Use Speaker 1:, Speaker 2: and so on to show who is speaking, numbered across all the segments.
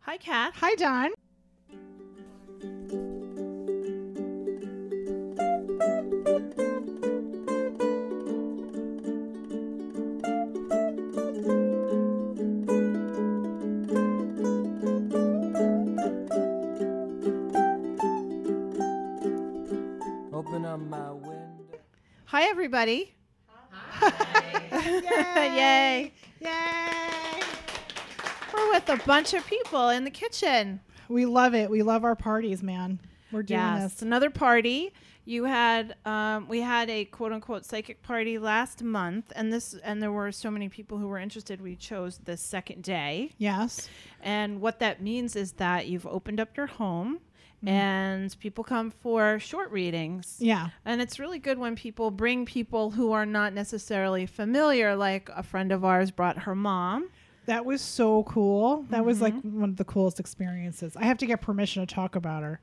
Speaker 1: Hi, Kat.
Speaker 2: Hi, Don.
Speaker 3: Open up my window.
Speaker 2: Hi, everybody.
Speaker 1: Yay.
Speaker 2: Yay.
Speaker 1: We're with a bunch of people in the kitchen.
Speaker 2: We love it. We love our parties, man. We're doing
Speaker 1: Yes,
Speaker 2: this.
Speaker 1: another party. You had um, we had a quote unquote psychic party last month, and this and there were so many people who were interested. We chose the second day,
Speaker 2: Yes.
Speaker 1: and what that means is that you've opened up your home, and people come for short readings.
Speaker 2: Mm. Yeah.
Speaker 1: And it's really good when people bring people who are not necessarily familiar, like a friend of ours brought her mom.
Speaker 2: That was so cool. That was like
Speaker 1: Mm-hmm.
Speaker 2: one of the coolest experiences. I have to get permission to talk about her.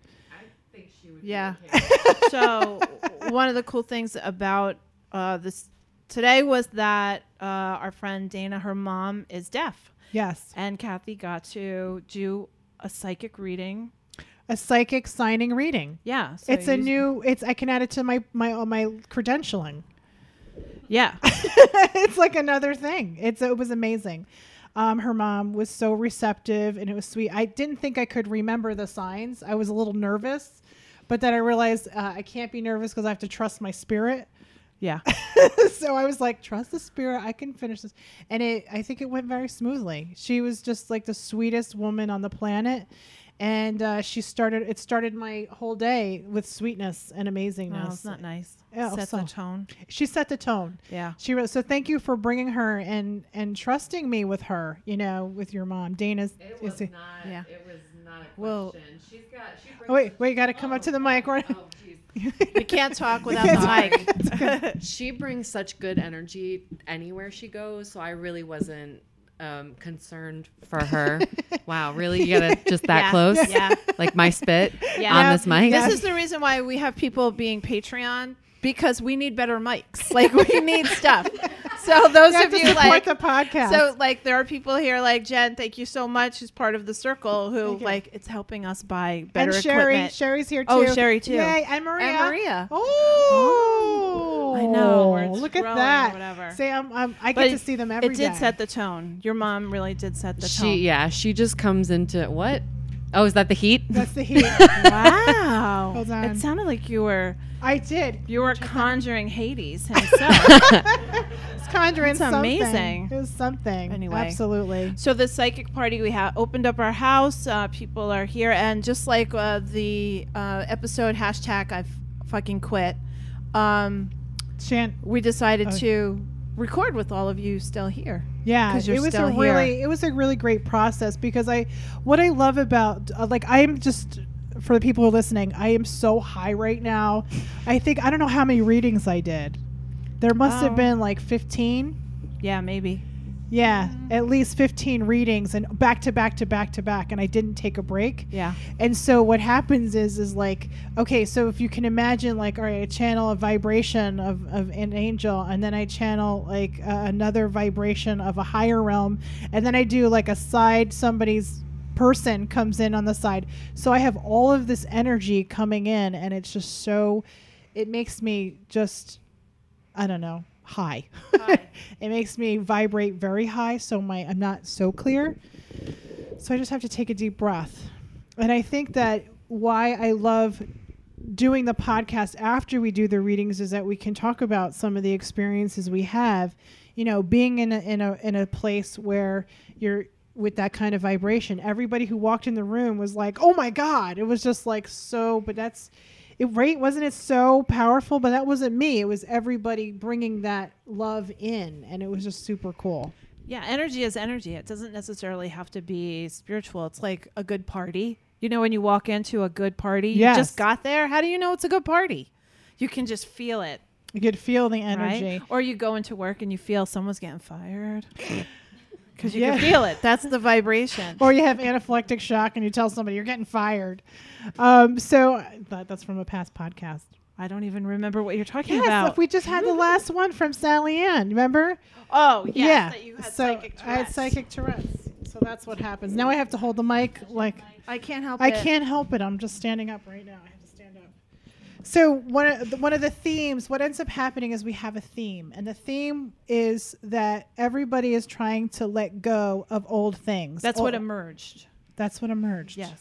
Speaker 1: Yeah. so one of the cool things about uh, this today was that uh, our friend Dana, her mom is deaf,
Speaker 2: Yes.
Speaker 1: and Kathy got to do a psychic reading.
Speaker 2: A psychic signing reading.
Speaker 1: Yeah, so
Speaker 2: it's a
Speaker 1: you-
Speaker 2: new it's I can add it to my my uh, my credentialing.
Speaker 1: Yeah,
Speaker 2: it's like another thing. It's it was amazing. Um, her mom was so receptive and it was sweet. I didn't think I could remember the signs. I was a little nervous, but then I realized uh, I can't be nervous because I have to trust my spirit.
Speaker 1: yeah.
Speaker 2: so I was like, trust the spirit. I can finish this. And it, I think it went very smoothly. She was just like the sweetest woman on the planet. And uh, she started, it started my whole day with sweetness and
Speaker 1: No,
Speaker 2: amazingness.
Speaker 1: it's not nice.
Speaker 2: Yeah,
Speaker 1: Sets
Speaker 2: so-
Speaker 1: the tone.
Speaker 2: She set the tone.
Speaker 1: Yeah.
Speaker 2: She wrote, so thank you for bringing her and and trusting me with her, you know, with your mom. Dana's.
Speaker 4: It
Speaker 2: is-
Speaker 4: was not.
Speaker 1: yeah.
Speaker 4: It was not a question.
Speaker 1: Well-
Speaker 4: She's got. She brings
Speaker 2: oh, wait, wait, got to come up to the mic. Right?
Speaker 4: Oh, geez.
Speaker 1: You can't talk without the mic.
Speaker 4: She brings such good energy anywhere she goes. So I really wasn't um, concerned for her. wow, really? You got to just that
Speaker 1: Yeah,
Speaker 4: close?
Speaker 1: yeah.
Speaker 4: Like my spit
Speaker 1: Yeah.
Speaker 4: on this mic?
Speaker 1: This is the reason why we have people being Patreon because we need better mics. Like we need stuff. So those
Speaker 2: You have
Speaker 1: of
Speaker 2: to
Speaker 1: you
Speaker 2: support
Speaker 1: like
Speaker 2: the podcast.
Speaker 1: So like there are people here like Jen, thank you so much, who's part of the circle who
Speaker 2: Thank you.
Speaker 1: like it's helping us buy better
Speaker 2: and Sherry,
Speaker 1: equipment.
Speaker 2: Sherry's here too.
Speaker 1: Oh, Sherry, too.
Speaker 2: Yay, and Maria.
Speaker 1: and Maria.
Speaker 2: Oh,
Speaker 1: I know, or it's
Speaker 2: Look at
Speaker 1: growing or
Speaker 2: that.
Speaker 1: whatever.
Speaker 2: See, I'm, I'm, I
Speaker 1: But
Speaker 2: get to see them every
Speaker 1: it
Speaker 2: day.
Speaker 1: did set the tone. Your mom really did set the tone.
Speaker 4: she, yeah, she just comes into what? Oh, is that the heat?
Speaker 2: That's the heat.
Speaker 1: Wow.
Speaker 2: Hold on.
Speaker 1: It sounded like you were
Speaker 2: I did.
Speaker 1: you were conjuring Hades himself.
Speaker 2: It's conjuring
Speaker 1: That's
Speaker 2: something.
Speaker 1: amazing.
Speaker 2: It was something.
Speaker 1: Anyway.
Speaker 2: absolutely.
Speaker 1: so the psychic party we had opened up our house. Uh, people are here, and just like uh, the uh, episode hashtag I've fucking quit. Um,
Speaker 2: Chan,
Speaker 1: we decided
Speaker 2: Oh.
Speaker 1: to record with all of you still here.
Speaker 2: yeah,
Speaker 1: 'Cause you're
Speaker 2: it was
Speaker 1: still
Speaker 2: a
Speaker 1: here.
Speaker 2: really, it was a really great process because I, what I love about, uh, like, I'm just for the people who are listening, I am so high right now. I think I don't know how many readings I did. There must
Speaker 1: Oh.
Speaker 2: have been like 15.
Speaker 1: Yeah, maybe.
Speaker 2: Yeah,
Speaker 1: Mm.
Speaker 2: at least 15 readings and back to back to back to back and I didn't take a break.
Speaker 1: Yeah.
Speaker 2: And so what happens is is like okay, so if you can imagine like all right, I channel a vibration of, of an angel and then I channel like uh, another vibration of a higher realm and then I do like a side somebody's person comes in on the side. So I have all of this energy coming in and it's just so it makes me just I don't know, high. it makes me vibrate very high so my I'm not so clear. So I just have to take a deep breath. And I think that why I love doing the podcast after we do the readings is that we can talk about some of the experiences we have, you know, being in a, in a in a place where you're with that kind of vibration. Everybody who walked in the room was like, "Oh my god." It was just like so, but that's it right wasn't it so powerful, but that wasn't me. It was everybody bringing that love in and it was just super cool.
Speaker 1: Yeah, energy is energy. It doesn't necessarily have to be spiritual. It's like a good party. You know, when you walk into a good party, you
Speaker 2: Yes.
Speaker 1: just got there. How do you know it's a good party? You can just feel it,
Speaker 2: You could feel the energy.
Speaker 1: right? Or you go into work and you feel someone's getting fired because you
Speaker 2: Yeah.
Speaker 1: can feel it. That's the vibration.
Speaker 2: or you have anaphylactic shock and you tell somebody you're getting fired. Um, so that, that's from a past podcast. Mm-hmm.
Speaker 1: I don't even remember what you're talking
Speaker 2: Yes,
Speaker 1: about.
Speaker 2: if we just had the last one from Sally Ann, remember?
Speaker 1: oh, yes,
Speaker 2: yeah.
Speaker 1: that you had
Speaker 2: so
Speaker 1: psychic
Speaker 2: I had
Speaker 1: Tourette's.
Speaker 2: psychic Tourette's. so that's what happens. Now I have to hold the mic like
Speaker 1: I can't help
Speaker 2: I
Speaker 1: it.
Speaker 2: can't help it. I'm just standing up right now. I have to stand up. So one of the, one of the themes, what ends up happening is we have a theme, and the theme is that everybody is trying to let go of old things.
Speaker 1: That's
Speaker 2: Ol-
Speaker 1: what emerged.
Speaker 2: that's what emerged.
Speaker 1: Yes.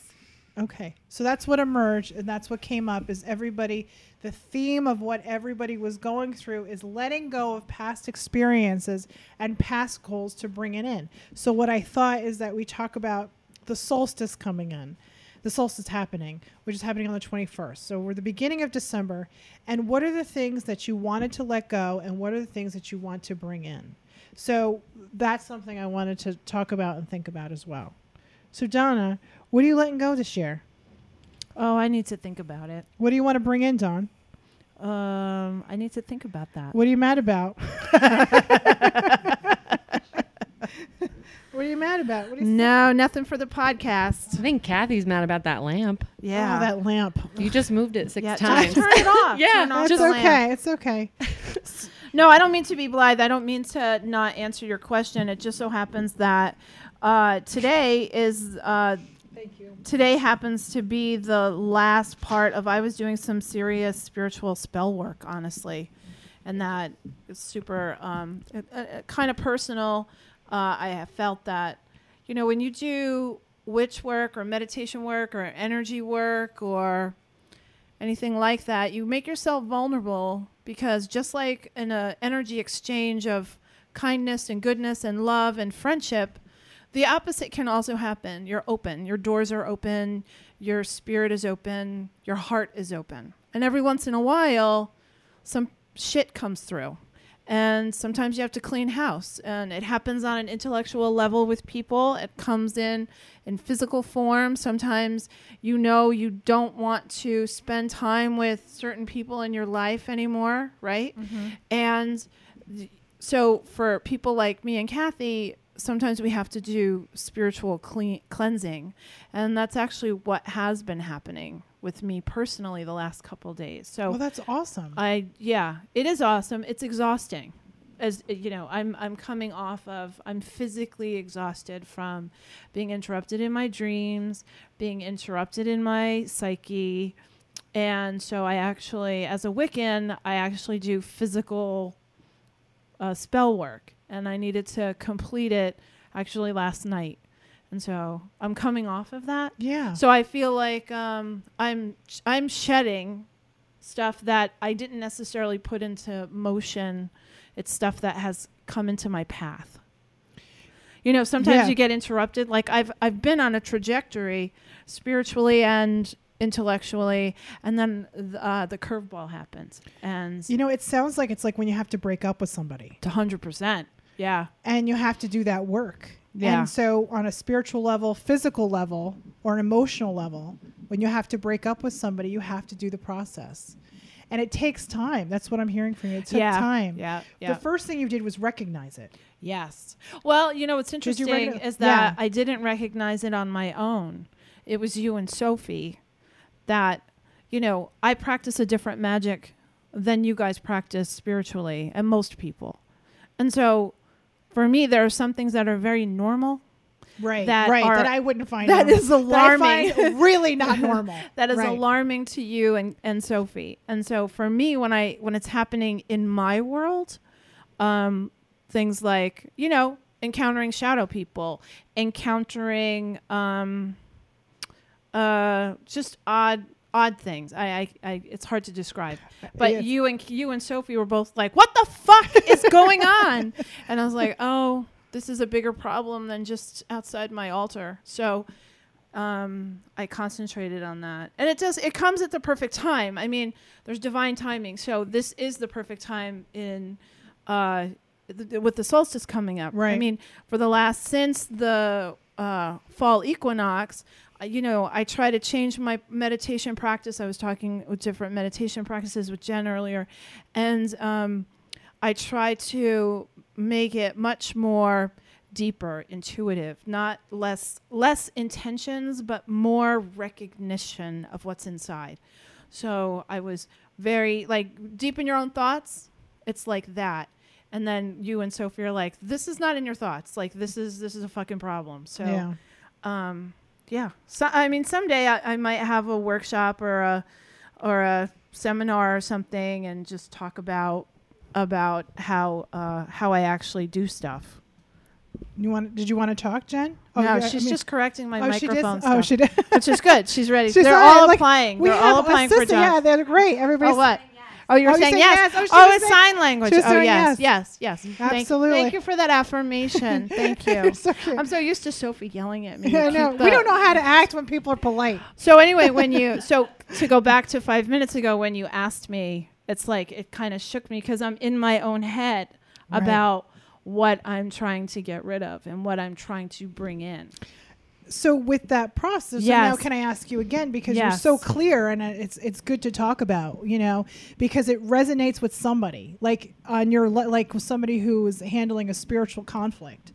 Speaker 2: Okay. So that's what emerged, and that's what came up is everybody. The theme of what everybody was going through is letting go of past experiences and past goals to bring it in. So what I thought is that we talk about the solstice coming in, the solstice happening, which is happening on the 21st. So we're the beginning of December, and what are the things that you wanted to let go, and what are the things that you want to bring in? So that's something I wanted to talk about and think about as well. So Donna, what are you letting go this year?
Speaker 1: Oh, I need to think about it.
Speaker 2: What do you want to bring in, Don?
Speaker 1: Um, I need to think about that.
Speaker 2: What are you mad about? what are you mad about? What are you
Speaker 1: No, nothing for the podcast.
Speaker 4: I think Kathy's mad about that lamp.
Speaker 1: Yeah.
Speaker 2: Oh, that lamp.
Speaker 4: You just moved it six
Speaker 1: yeah,
Speaker 4: times.
Speaker 1: just turn it off.
Speaker 4: Yeah,
Speaker 1: Turn off
Speaker 2: It's
Speaker 1: the
Speaker 2: okay.
Speaker 1: lamp.
Speaker 2: It's okay.
Speaker 1: No, I don't mean to be blithe. I don't mean to not answer your question. It just so happens that uh, today is uh,
Speaker 2: Thank you.
Speaker 1: today happens to be the last part of I was doing some serious spiritual spell work, honestly, and that is super um, kind of personal. Uh, I have felt that, you know, when you do witch work or meditation work or energy work or anything like that, you make yourself vulnerable because just like in an energy exchange of kindness and goodness and love and friendship, the opposite can also happen. You're open, your doors are open, your spirit is open, your heart is open. And every once in a while, some shit comes through. And sometimes you have to clean house. And it happens on an intellectual level with people. It comes in in physical form. Sometimes you know you don't want to spend time with certain people in your life anymore, right? And th- so for people like me and Kathy, sometimes we have to do spiritual clean, cleansing. And that's actually what has been happening with me personally the last couple days. So
Speaker 2: Well, that's awesome.
Speaker 1: I yeah, it is awesome. It's exhausting. As uh, you know, I'm I'm coming off of I'm physically exhausted from being interrupted in my dreams, being interrupted in my psyche. And so I actually as a Wiccan, I actually do physical uh, spell work and I needed to complete it actually last night. And so I'm coming off of that.
Speaker 2: yeah.
Speaker 1: So I feel like um, I'm I'm shedding stuff that I didn't necessarily put into motion. It's stuff that has come into my path. You know, sometimes
Speaker 2: Yeah.
Speaker 1: you get interrupted. Like I've I've been on a trajectory spiritually and intellectually, and then th- uh, the curveball happens, and
Speaker 2: you know, it sounds like it's like when you have to break up with somebody
Speaker 1: to hundred percent, yeah,
Speaker 2: and you have to do that work.
Speaker 1: Yeah.
Speaker 2: And so, on a spiritual level, physical level, or an emotional level, when you have to break up with somebody, you have to do the process. And it takes time. That's what I'm hearing from you. It took
Speaker 1: yeah,
Speaker 2: time.
Speaker 1: yeah, yeah.
Speaker 2: The first thing you did was recognize it.
Speaker 1: Yes. Well, you know what's
Speaker 2: Did you
Speaker 1: interesting
Speaker 2: write it-
Speaker 1: is that
Speaker 2: Yeah.
Speaker 1: I didn't recognize it on my own. It was you and Sophie that, you know, I practice a different magic than you guys practice spiritually and most people. And so for me there are some things that are very normal.
Speaker 2: Right.
Speaker 1: That
Speaker 2: right.
Speaker 1: are-
Speaker 2: that I wouldn't find
Speaker 1: that
Speaker 2: normal.
Speaker 1: is
Speaker 2: That I
Speaker 1: alarming.
Speaker 2: find really not normal.
Speaker 1: That is
Speaker 2: Right.
Speaker 1: alarming to you and, and Sophie. And so for me when I when it's happening in my world, um, things like you know encountering shadow people encountering um, uh, just odd odd things I, I, I it's hard to describe but
Speaker 2: Yeah.
Speaker 1: you and you and sophie were both like what the fuck is going on and i was like oh this is a bigger problem than just outside my altar so um, i concentrated on that and it does it comes at the perfect time i mean there's divine timing so this is the perfect time in uh, th- th- with the solstice coming up. I
Speaker 2: Right.
Speaker 1: mean, for the last since the uh, fall equinox, uh, you know, I try to change my meditation practice. I was talking with different meditation practices with Jen earlier, and um, I try to make it much more deeper intuitive not less less intentions but more recognition of what's inside so i was very like deep in your own thoughts it's like that and then you and Sophie are like, this is not in your thoughts. Like this is this is a fucking problem. So
Speaker 2: yeah.
Speaker 1: um yeah so i mean someday I, I might have a workshop or a or a seminar or something and just talk about about how uh how i actually do stuff
Speaker 2: You want? Did you want to talk, Jen?
Speaker 1: no
Speaker 2: Oh, yeah, I
Speaker 1: she's
Speaker 2: mean-
Speaker 1: just correcting my
Speaker 2: oh, she did.
Speaker 1: microphone
Speaker 2: Oh,
Speaker 1: stuff,
Speaker 2: she did.
Speaker 1: which is good she's ready
Speaker 2: She's
Speaker 1: they're
Speaker 2: not,
Speaker 1: all
Speaker 2: like,
Speaker 1: applying
Speaker 2: we
Speaker 1: they're
Speaker 2: have
Speaker 1: all applying for
Speaker 2: assistants- Yeah,
Speaker 1: jobs
Speaker 2: they're great. Everybody's
Speaker 1: oh what oh you were
Speaker 2: Oh, you
Speaker 1: saying
Speaker 2: said
Speaker 1: yes,
Speaker 2: yes. Oh, she
Speaker 1: oh
Speaker 2: was
Speaker 1: it's
Speaker 2: saying-
Speaker 1: sign language
Speaker 2: she was
Speaker 1: oh
Speaker 2: saying
Speaker 1: yes yes yes, Thank-
Speaker 2: Absolutely.
Speaker 1: thank you for that affirmation thank you
Speaker 2: so cute.
Speaker 1: i'm so used to sophie yelling at me
Speaker 2: Yeah, I
Speaker 1: to
Speaker 2: know.
Speaker 1: keep
Speaker 2: We don't
Speaker 1: the-
Speaker 2: know how to act when people are polite.
Speaker 1: So anyway, when you so to go back to five minutes ago when you asked me, it's like it kind of shook me because I'm in my own head
Speaker 2: Right.
Speaker 1: about what I'm trying to get rid of and what I'm trying to bring in.
Speaker 2: So with that process, so
Speaker 1: Yes.
Speaker 2: now can I ask you again because
Speaker 1: Yes.
Speaker 2: you're so clear and uh, it's it's good to talk about, you know, because it resonates with somebody like on your le- like with somebody who is handling a spiritual conflict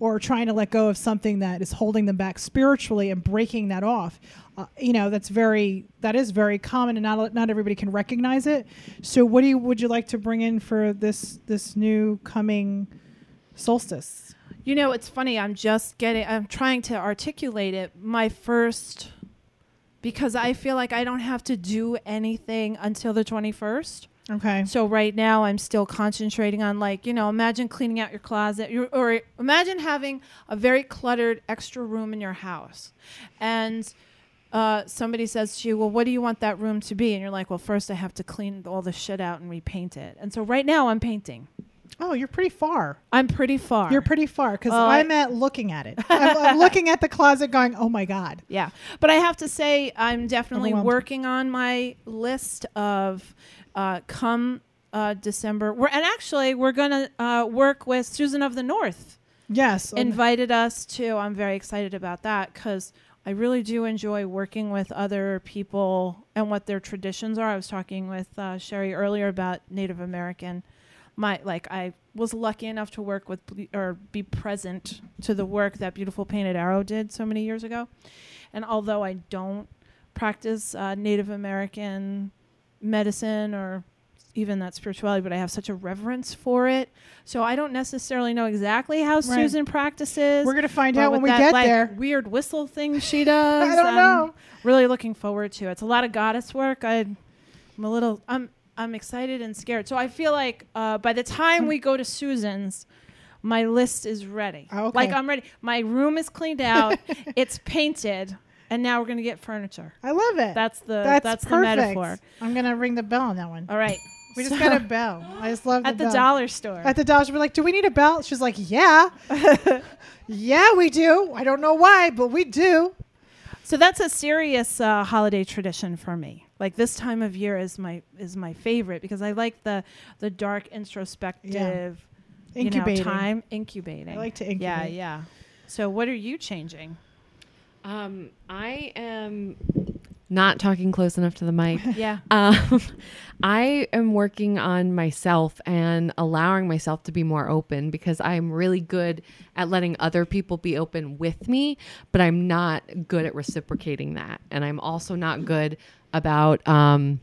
Speaker 2: or trying to let go of something that is holding them back spiritually and breaking that off. Uh, you know, that's very that is very common and not not everybody can recognize it. So what do you would you like to bring in for this this new coming solstice?
Speaker 1: You know, it's funny. I'm just getting. I'm trying to articulate it. My first, because I feel like I don't have to do anything until the 21st.
Speaker 2: Okay.
Speaker 1: So right now I'm still concentrating on like, you know, imagine cleaning out your closet you or imagine having a very cluttered extra room in your house. And uh, somebody says to you, "Well, what do you want that room to be?" And you're like, "Well, first I have to clean all the shit out and repaint it." And so right now I'm painting.
Speaker 2: Oh, you're pretty far.
Speaker 1: I'm pretty far.
Speaker 2: You're pretty far because
Speaker 1: Well, I-
Speaker 2: I'm at looking at it. I'm, I'm looking at the closet, going, "Oh my god."
Speaker 1: Yeah. But I have to say, I'm definitely
Speaker 2: Overwhelmed.
Speaker 1: working on my list of uh, come uh, December. We're, and actually, we're going to uh, work with Susan of the North.
Speaker 2: Yes. oh my-
Speaker 1: invited us to. I'm very excited about that because I really do enjoy working with other people and what their traditions are. I was talking with uh, Sherry earlier about Native American. My like I was lucky enough to work with ble- or be present to the work that Beautiful Painted Arrow did so many years ago, and although I don't practice uh, Native American medicine or even that spirituality, but I have such a reverence for it. So I don't necessarily know exactly how Susan practices.
Speaker 2: We're gonna find
Speaker 1: or
Speaker 2: out
Speaker 1: with
Speaker 2: when we
Speaker 1: that,
Speaker 2: get
Speaker 1: like,
Speaker 2: there.
Speaker 1: Weird whistle thing she does.
Speaker 2: I don't
Speaker 1: I'm
Speaker 2: know.
Speaker 1: Really looking forward to it. It's a lot of goddess work. I, I'm a little. I'm I'm excited and scared. So I feel like uh, by the time we go to Susan's. My list is ready.
Speaker 2: Oh, okay.
Speaker 1: Like I'm ready. My room is cleaned out. it's painted, and now we're gonna get furniture.
Speaker 2: I love it.
Speaker 1: That's the
Speaker 2: that's,
Speaker 1: uh, that's, the
Speaker 2: perfect.
Speaker 1: metaphor.
Speaker 2: I'm gonna ring the bell on that one.
Speaker 1: All right.
Speaker 2: We
Speaker 1: So-
Speaker 2: just got a bell. I just love
Speaker 1: at the
Speaker 2: bell.
Speaker 1: dollar store.
Speaker 2: At the dollar, store, we're like, "Do we need a bell?" She's like, "Yeah, yeah, we do. I don't know why, but we do."
Speaker 1: so that's a serious uh, holiday tradition for me. Like this time of year is my is my favorite because I like the the dark introspective you know,
Speaker 2: Incubating.
Speaker 1: time incubating.
Speaker 2: I like to
Speaker 1: Yeah,
Speaker 2: incubate.
Speaker 1: yeah. So what are you changing?
Speaker 4: Um, I am not talking close enough to the mic.
Speaker 1: Yeah.
Speaker 4: Um, I am working on myself and allowing myself to be more open because I'm really good at letting other people be open with me, but I'm not good at reciprocating that. And I'm also not good about um,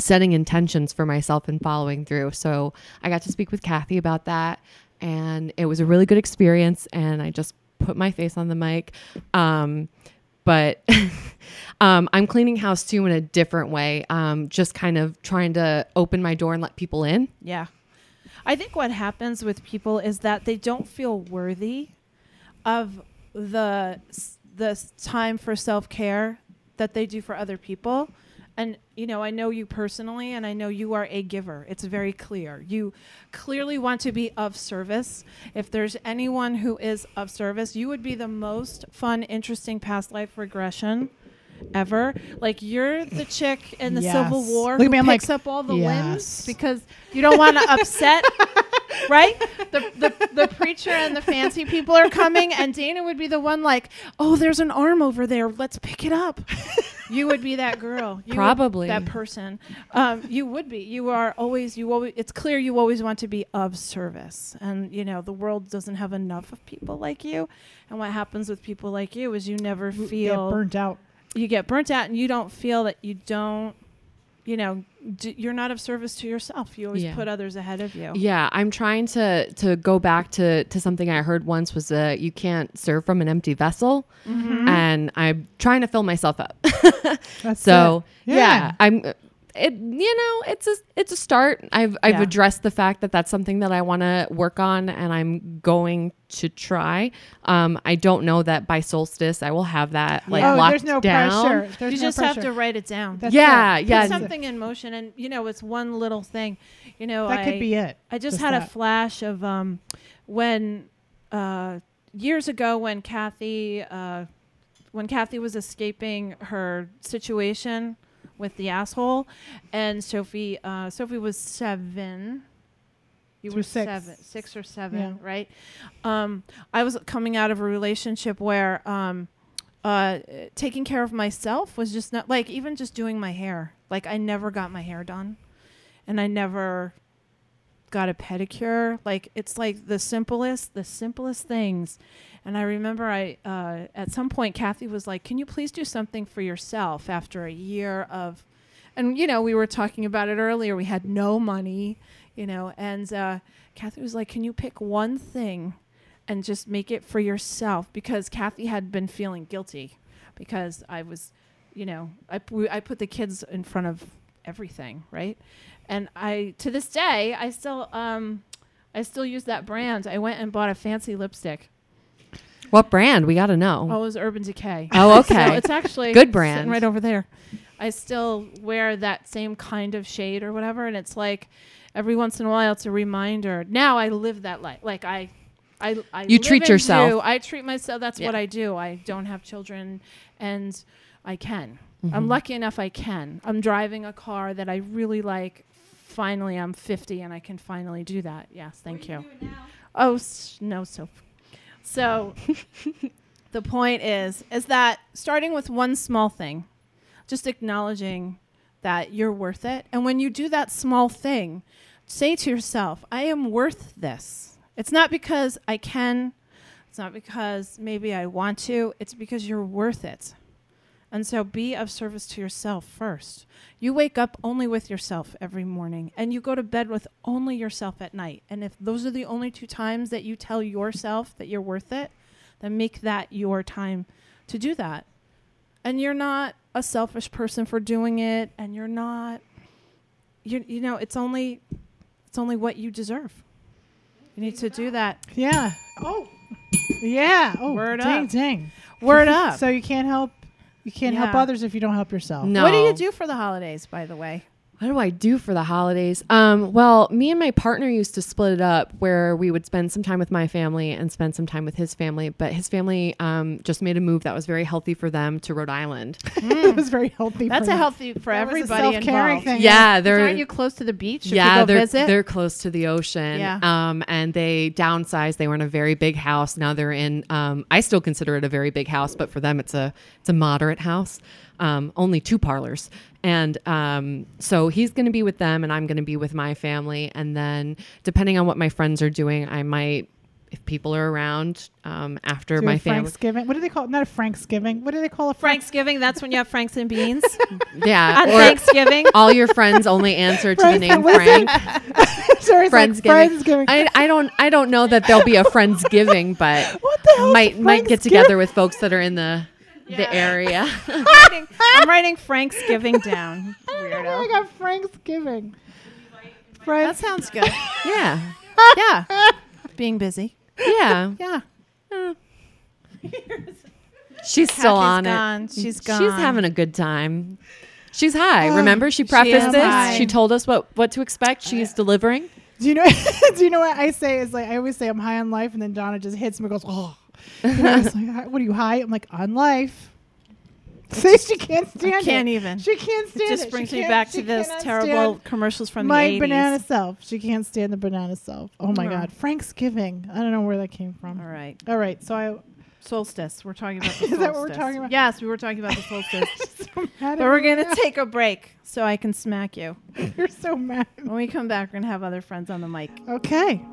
Speaker 4: setting intentions for myself and following through. So I got to speak with Kathy about that, and it was a really good experience. And I just put my face on the mic. Um, but um, I'm cleaning house too in a different way. Um, just kind of trying to open my door and let people in.
Speaker 1: Yeah. I think what happens with people is that they don't feel worthy of the s- the s- time for self-care that they do for other people. And you know, I know you personally and I know you are a giver. It's very clear. You clearly want to be of service. If there's anyone who is of service, you would be the most fun interesting past life regression ever. Like you're the chick in the Civil
Speaker 2: Yes.
Speaker 1: War
Speaker 2: Look at
Speaker 1: who
Speaker 2: me, I'm like,
Speaker 1: picks up all the
Speaker 2: yes.
Speaker 1: limbs because you don't want to upset right? The, the the preacher and the fancy people are coming, and Dana would be the one like, "Oh, there's an arm over there. Let's pick it up." You would be that girl, You would-
Speaker 4: Probably.
Speaker 1: that person. Um, you would be. You are always. You always. It's clear you always want to be of service, and you know the world doesn't have enough of people like you. And what happens with people like you is you never
Speaker 2: Get
Speaker 1: feel
Speaker 2: burnt out.
Speaker 1: you get burnt out, and you don't feel that you don't you know, d- you're not of service to yourself. You always
Speaker 4: Yeah.
Speaker 1: put others ahead of
Speaker 2: Oh.
Speaker 1: you.
Speaker 4: Yeah, I'm trying to to go back to to something I heard once was that you can't serve from an empty vessel, and I'm trying to fill myself up.
Speaker 2: Mm-hmm. That's
Speaker 4: so
Speaker 2: it.
Speaker 4: yeah. I'm. It you know it's a it's a start. I've I've
Speaker 1: Yeah.
Speaker 4: addressed the fact that that's something that I want to work on, and I'm going to try. Um, I don't know that by solstice I will have that like
Speaker 2: oh,
Speaker 4: locked
Speaker 2: there's no
Speaker 4: down.
Speaker 2: pressure. There's
Speaker 1: you
Speaker 2: no
Speaker 1: just have to
Speaker 2: pressure.
Speaker 1: write it down.
Speaker 2: That's
Speaker 4: yeah,
Speaker 2: it.
Speaker 1: Put
Speaker 4: yeah.
Speaker 1: something in motion, and you know, it's one little thing. You know,
Speaker 2: That could
Speaker 1: I-
Speaker 2: be it.
Speaker 1: I just,
Speaker 2: Just
Speaker 1: had a
Speaker 2: that.
Speaker 1: flash of um, when uh, years ago when Kathy uh, when Kathy was escaping her situation with the asshole, and Sophie uh, Sophie was seven. You
Speaker 2: She
Speaker 1: were
Speaker 2: was six.
Speaker 1: seven, six or seven,
Speaker 2: Yeah.
Speaker 1: right? Um, I was coming out of a relationship where um, uh, taking care of myself was just not like even just doing my hair. Like I never got my hair done, and I never got a pedicure. Like it's like the simplest, the simplest things. And I remember I uh, at some point Kathy was like, "Can you please do something for yourself after a year of?" And you know we were talking about it earlier. We had no money, you know, and uh, Kathy was like, "Can you pick one thing?" And just make it for yourself because Kathy had been feeling guilty because I was, you know, I, p- I put the kids in front of everything, right? And I to this day I still um I still use that brand. I went and bought a fancy lipstick.
Speaker 4: What brand? We got to know.
Speaker 1: Oh, it was Urban Decay.
Speaker 4: Oh,
Speaker 1: So
Speaker 4: okay.
Speaker 1: it's actually
Speaker 4: Good
Speaker 1: sitting
Speaker 4: brand.
Speaker 1: right over there. I still wear that same kind of shade or whatever, and it's like every once in a while it's a reminder. Now I live that life. Like I, I, I
Speaker 4: You
Speaker 1: live
Speaker 4: treat
Speaker 1: and
Speaker 4: yourself.
Speaker 1: do. I treat myself. That's what
Speaker 4: Yeah.
Speaker 1: I do. I don't have children, and I can.
Speaker 4: Mm-hmm.
Speaker 1: I'm lucky enough. I can. I'm driving a car that I really like. Finally, I'm 50 and I can finally do that. Yes, thank you. Oh s- no, so so the point is is that starting with one small thing, just acknowledging that you're worth it. And when you do that small thing, say to yourself, I am worth this. It's not because I can, it's not because maybe I want to, it's because you're worth it. And so be of service to yourself first. You wake up only with yourself every morning and you go to bed with only yourself at night. And if those are the only two times that you tell yourself that you're worth it, then make that your time to do that. And you're not a selfish person for doing it and you're not you you know, it's only it's only what you deserve. You need to do that.
Speaker 2: Yeah.
Speaker 1: Oh,
Speaker 2: Yeah. Oh,
Speaker 1: Word
Speaker 2: dang,
Speaker 1: up.
Speaker 2: dang.
Speaker 1: word up.
Speaker 2: So you can't help. You can't help
Speaker 1: Yeah.
Speaker 2: others if you don't help yourself.
Speaker 4: No.
Speaker 1: What do you do for the holidays, by the way?
Speaker 4: What do I do for the holidays? Um, well, me and my partner used to split it up where we would spend some time with my family and spend some time with his family. But his family um, just made a move that was very healthy for them to Rhode Island.
Speaker 2: it was very healthy.
Speaker 1: That's
Speaker 2: for
Speaker 1: a
Speaker 2: me.
Speaker 1: healthy for
Speaker 2: That was a
Speaker 1: everybody
Speaker 2: self-caring
Speaker 1: involved.
Speaker 2: thing.
Speaker 4: yeah,
Speaker 1: Because
Speaker 4: they're
Speaker 1: Aren't you close to the beach?
Speaker 4: yeah,
Speaker 1: if you go
Speaker 4: they're
Speaker 1: visit?
Speaker 4: they're close to the ocean.
Speaker 1: Yeah.
Speaker 4: Um, and they downsized. They were in a very big house. Now they're in. Um, I still consider it a very big house, but for them, it's a it's a moderate house. Um, only two parlors, and um, so he's going to be with them, and I'm going to be with my family. And then, depending on what my friends are doing, I might, if people are around, um, after
Speaker 2: Do a
Speaker 4: my family,
Speaker 2: Franksgiving. What do they call it? Not a Franksgiving. What do they call a Frank?
Speaker 1: Thanksgiving. That's when you have Franks and beans
Speaker 4: yeah,
Speaker 1: on
Speaker 4: or
Speaker 1: Thanksgiving.
Speaker 4: all your friends only answer to the
Speaker 2: Frank-
Speaker 4: name
Speaker 2: what is it?
Speaker 4: Frank.
Speaker 2: Sorry, it's like
Speaker 4: Friendsgiving.
Speaker 2: Friendsgiving.
Speaker 4: I, I don't I don't know that there'll be a friendsgiving, but
Speaker 2: What the hell?
Speaker 4: might might get together with folks that are in the
Speaker 1: Yeah.
Speaker 4: the area.
Speaker 1: I'm writing, I'm writing Franksgiving down.
Speaker 2: I
Speaker 4: Oh
Speaker 1: Weirdo.
Speaker 2: got Franksgiving.
Speaker 1: That
Speaker 2: Friends.
Speaker 1: sounds good.
Speaker 4: yeah,
Speaker 1: Yeah. Being busy.
Speaker 4: yeah.
Speaker 1: Yeah.
Speaker 4: She's still
Speaker 1: Kathy's
Speaker 4: on
Speaker 1: gone.
Speaker 4: it.
Speaker 1: She's
Speaker 4: She's
Speaker 1: gone. Oh,
Speaker 4: having a good time. She's high. Remember, she prefaced
Speaker 1: is
Speaker 4: this.
Speaker 1: high.
Speaker 4: She told us what what to expect. She's delivering.
Speaker 2: Do you know? do you know what I say? Is like I always say I'm high on life, and then Donna just hits me and goes, "Oh." You know, it's like, what are you high? I'm like on life. See, she can't stand it.
Speaker 1: Can't even.
Speaker 2: She can't stand
Speaker 1: It
Speaker 2: it.
Speaker 1: just
Speaker 2: She
Speaker 1: brings me
Speaker 2: can't-
Speaker 1: back
Speaker 2: she
Speaker 1: to those
Speaker 2: cannot
Speaker 1: terrible
Speaker 2: stand
Speaker 1: commercials from
Speaker 2: my
Speaker 1: the 80s.
Speaker 2: banana self. She can't stand the banana self. Oh my
Speaker 1: Oh.
Speaker 2: god, Franksgiving. I don't know where that came from.
Speaker 1: All right.
Speaker 2: All right, so I
Speaker 1: Solstice. We're talking about the solstice.
Speaker 2: Is that what we're talking about?
Speaker 1: Yes, we were talking about the solstice.
Speaker 2: how
Speaker 1: but
Speaker 2: did
Speaker 1: we're
Speaker 2: we
Speaker 1: going to
Speaker 2: know?
Speaker 1: take a break so I can smack you.
Speaker 2: You're so mad.
Speaker 1: When we come back, we're going to have other friends on the mic.
Speaker 2: Okay.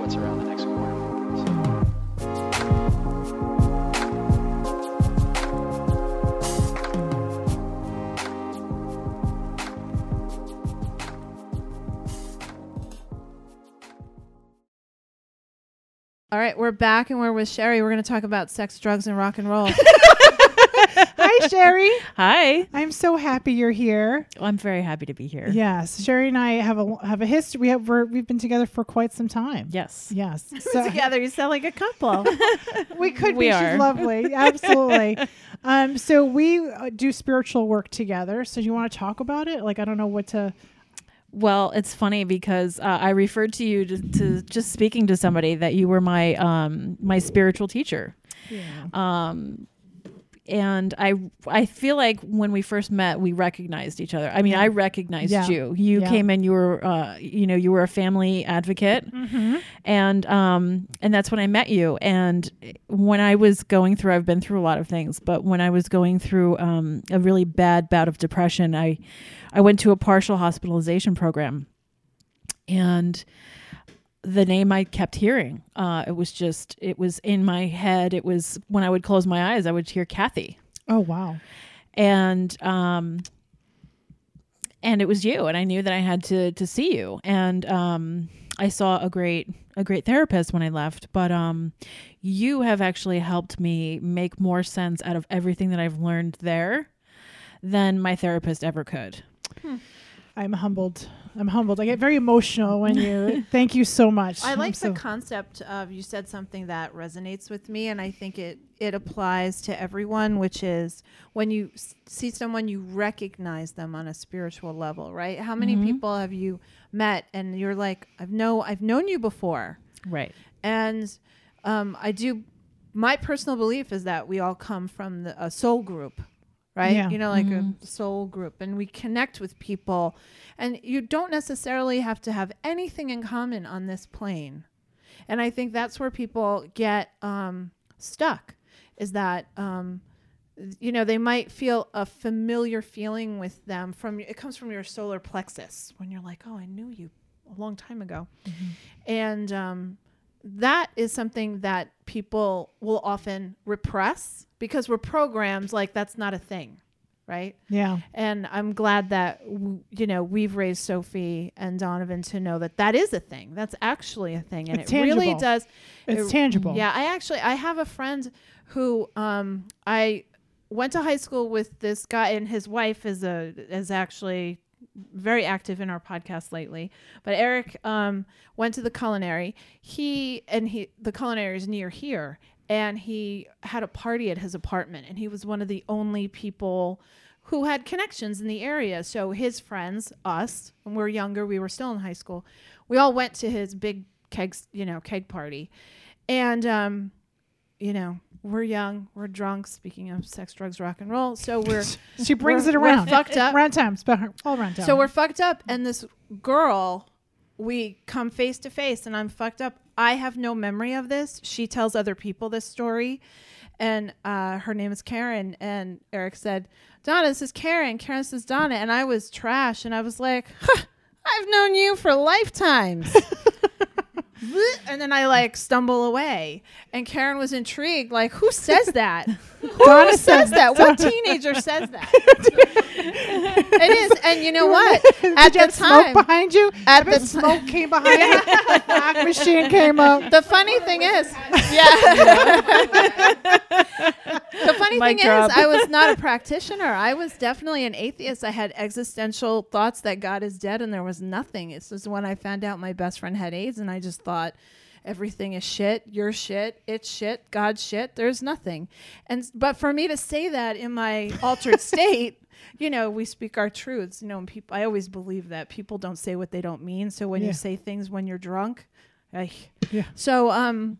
Speaker 5: what's around the next corner. So.
Speaker 1: All right, we're back and we're with Sherry. We're going to talk about sex, drugs, and rock and roll.
Speaker 2: Hi, Sherry.
Speaker 6: Hi.
Speaker 2: I'm so happy you're here.
Speaker 6: I'm very happy to be here.
Speaker 2: Yes, Sherry and I have a have a history. We have we're, we've been together for quite some time.
Speaker 6: Yes.
Speaker 2: Yes,
Speaker 1: We're
Speaker 2: so
Speaker 1: together, you sound like a couple.
Speaker 2: we could
Speaker 6: We
Speaker 2: be.
Speaker 6: are.
Speaker 2: She's lovely, absolutely. um, so we uh, do spiritual work together. So you want to talk about it? Like I don't know what to.
Speaker 6: Well, it's funny because uh, I referred to you to, to just speaking to somebody that you were my um, my spiritual teacher. Um, and I I feel like when we first met, we recognized each other. I mean, I recognized
Speaker 2: Yeah.
Speaker 6: you. You
Speaker 2: Yeah.
Speaker 6: came in. You were uh, you know you were a family advocate,
Speaker 2: Mm-hmm.
Speaker 6: and um and that's when I met you. And when I was going through, I've been through a lot of things, but when I was going through um, a really bad bout of depression, I I went to a partial hospitalization program, and the name I kept hearing. Uh, it was just, it was in my head. It was when I would close my eyes, I would hear Kathy,
Speaker 2: Oh wow.
Speaker 6: and um, and it was you. And I knew that I had to to see you. And um, I saw a great a great therapist when I left. But um, you have actually helped me make more sense out of everything that I've learned there than my therapist ever could.
Speaker 2: I'm humbled. I'm humbled. I get very emotional when you. thank you so much.
Speaker 1: I
Speaker 2: I'm
Speaker 1: like
Speaker 2: so-
Speaker 1: the concept of you said something that resonates with me, and I think it it applies to everyone, which is when you s- see someone, you recognize them on a spiritual level, right? How many
Speaker 2: Mm-hmm.
Speaker 1: people have you met, and you're like, I've know I've known you before,
Speaker 6: Right.
Speaker 1: and um, I do. My personal belief is that we all come from the, a soul group, right?
Speaker 2: Yeah.
Speaker 1: You know, like a soul group, and we connect with people, and you don't necessarily have to have anything in common on this plane. And I think that's where people get um, stuck, is that um, you know they might feel a familiar feeling with them from it comes from your solar plexus when you're like, oh, I knew you a long time ago, and um, that is something that people will often repress because we're programmed like that's not a thing, right?
Speaker 2: yeah.
Speaker 1: And I'm glad that w- you know we've raised Sophie and Donovan to know that that is a thing. That's actually a thing, and
Speaker 2: It's
Speaker 1: it really
Speaker 2: tangible.
Speaker 1: does.
Speaker 2: It's
Speaker 1: it-
Speaker 2: tangible.
Speaker 1: uh, Yeah, I actually I have a friend who um, I went to high school with this guy, and his wife is a is actually very active in our podcast lately. But Eric um, went to the culinary. He and he the culinary is near here, and he had a party at his apartment, and he was one of the only people who had connections in the area. So his friends, us, when we were younger, we were still in high school. We all went to his big kegs, you know, keg party, and um, you know. We're young, we're drunk. Speaking of sex, drugs, rock and roll, so we're
Speaker 2: She brings
Speaker 1: We're-
Speaker 2: it
Speaker 1: we're
Speaker 2: around.
Speaker 1: fucked up.
Speaker 2: Round time. Spe- all round time.
Speaker 1: so we're fucked up, and this girl, we come face to face, and I'm fucked up. I have no memory of this. She tells other people this story, and uh, her name is Karen. And Eric said, "Donna, this is Karen." Karen says, "Donna," and I was trash, and I was like, huh, "I've known you for lifetimes." Bleh, and then I like stumble away, and Karen was intrigued, like, "Who says that? Who
Speaker 2: Donna
Speaker 1: says
Speaker 2: said-
Speaker 1: that? What teenager says that?" it is, and you know what? At the
Speaker 2: Did smoke
Speaker 1: time,
Speaker 2: behind you.
Speaker 1: at
Speaker 2: The
Speaker 1: the
Speaker 2: smoke came behind you. The fog machine came up.
Speaker 1: The funny thing is, yeah. the funny
Speaker 6: Mic
Speaker 1: thing
Speaker 6: drop.
Speaker 1: is, I was not a practitioner. I was definitely an atheist. I had existential thoughts that God is dead and there was nothing. This is when I found out my best friend had AIDS, and I just thought everything is shit. Your shit. It's shit. God's shit. There's nothing. And but for me to say that in my altered state. You know, we speak our truths. You know, and people. I always believe that people don't say what they don't mean. So when
Speaker 2: Yeah.
Speaker 1: you say things when you're drunk, like,
Speaker 2: Yeah.
Speaker 1: so um,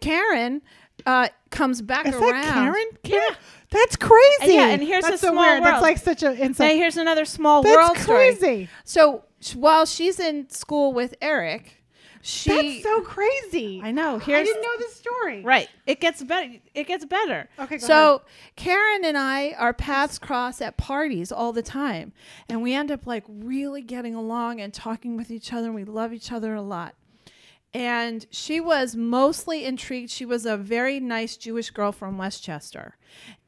Speaker 1: Karen uh, comes back
Speaker 2: Is
Speaker 1: around.
Speaker 2: that Karen? Karen? That's crazy.
Speaker 1: Yeah, and here's
Speaker 2: That's
Speaker 1: a
Speaker 2: so
Speaker 1: small
Speaker 2: weird. That's
Speaker 1: world.
Speaker 2: like such a
Speaker 1: Now
Speaker 2: insult.
Speaker 1: here's another small world
Speaker 2: That's
Speaker 1: story.
Speaker 2: crazy.
Speaker 1: So sh- while she's in school with Eric, she
Speaker 2: That's so crazy.
Speaker 1: I know.
Speaker 2: I
Speaker 1: Here's
Speaker 2: didn't know this story.
Speaker 1: Right. It gets better. It gets better.
Speaker 2: Okay, go
Speaker 1: so Karen and I, our paths cross at parties all the time, and we end up like really getting along and talking with each other, and we love each other a lot. and she was mostly intrigued. She was a very nice Jewish girl from Westchester,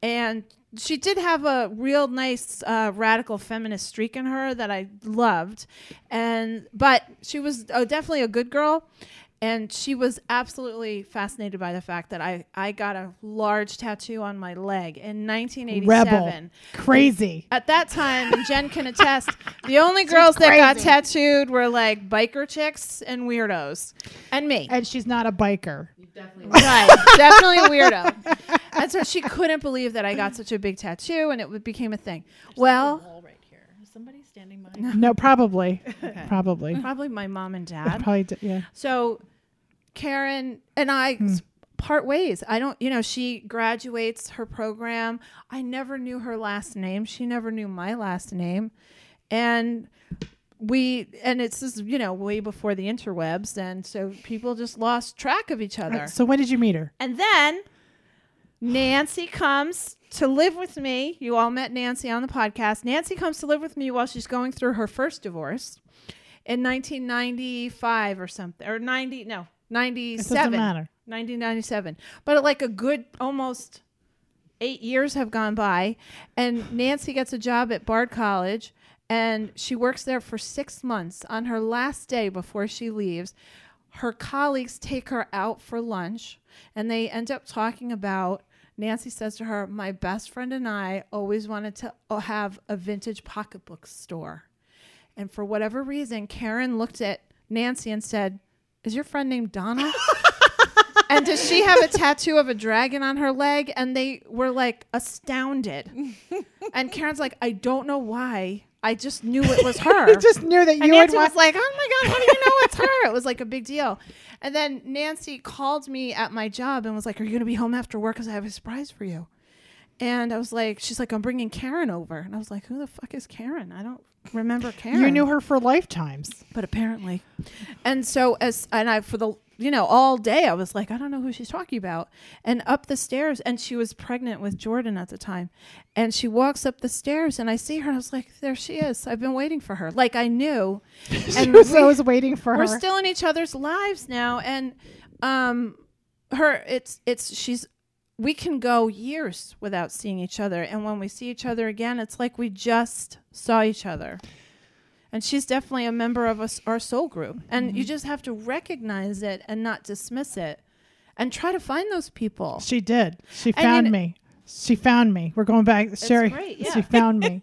Speaker 1: and she did have a real nice uh, radical feminist streak in her that I loved, and but she was uh, definitely a good girl. And she was absolutely fascinated by the fact that I, I got a large tattoo on my leg in 1987
Speaker 2: Crazy.
Speaker 1: at that time, and Jen can attest, the only girls that got
Speaker 2: crazy.
Speaker 1: tattooed were like biker chicks and weirdos, and me.
Speaker 2: And she's not a biker.
Speaker 1: right, definitely a weirdo. And so she couldn't believe that I got such a big tattoo, and it w- became a thing. Well,
Speaker 6: Wall right here. Is somebody standing by?
Speaker 2: No, probably. Probably.
Speaker 1: probably my mom and dad.
Speaker 2: Probably, d- yeah.
Speaker 1: So Karen and I s- part ways. I don't, you know, she graduates her program. I never knew her last name. She never knew my last name. And we, and it's just, you know, way before the interwebs. And so people just lost track of each other.
Speaker 2: So when did you meet her?
Speaker 1: And then Nancy comes to live with me. You all met Nancy on the podcast. Nancy comes to live with me while she's going through her first divorce in 1995 or something, or 90, no, 97.
Speaker 2: matter.
Speaker 1: 1997. But like a good almost eight years have gone by, and Nancy gets a job at Bard College, and she works there for six months. On her last day before she leaves, her colleagues take her out for lunch, and they end up talking about. Nancy says to her, My best friend and I always wanted to uh, have a vintage pocketbook store. And for whatever reason, Karen looked at Nancy and said, Is your friend named Donna? and does she have a tattoo of a dragon on her leg? And they were like astounded. and Karen's like, I don't know why. I just knew it was her.
Speaker 2: You just knew that you
Speaker 1: and
Speaker 2: would
Speaker 1: Nancy
Speaker 2: want.
Speaker 1: was like, "Oh my god, how do you know it's her?" It was like a big deal. And then Nancy called me at my job and was like, "Are you going to be home after work? Because I have a surprise for you." And I was like, "She's like, I'm bringing Karen over." And I was like, "Who the fuck is Karen? I don't remember Karen."
Speaker 2: you knew her for lifetimes.
Speaker 1: but apparently. And so as and I for the you know all day I was like I don't know who she's talking about. And up the stairs and she was pregnant with Jordan at the time. And she walks up the stairs and I see her and I was like there she is. I've been waiting for her. Like I knew.
Speaker 2: she
Speaker 1: And
Speaker 2: was
Speaker 1: we-
Speaker 2: always waiting for
Speaker 1: we're
Speaker 2: her.
Speaker 1: still in each other's lives now and um her it's it's she's we can go years without seeing each other and when we see each other again it's like we just saw each other and she's definitely a member of us our soul group and you just have to recognize it and not dismiss it and try to find those people
Speaker 2: she did. She
Speaker 1: you
Speaker 2: found
Speaker 1: kn-
Speaker 2: me. She found me. We're going back. Sherry.
Speaker 1: great, yeah.
Speaker 2: She found me.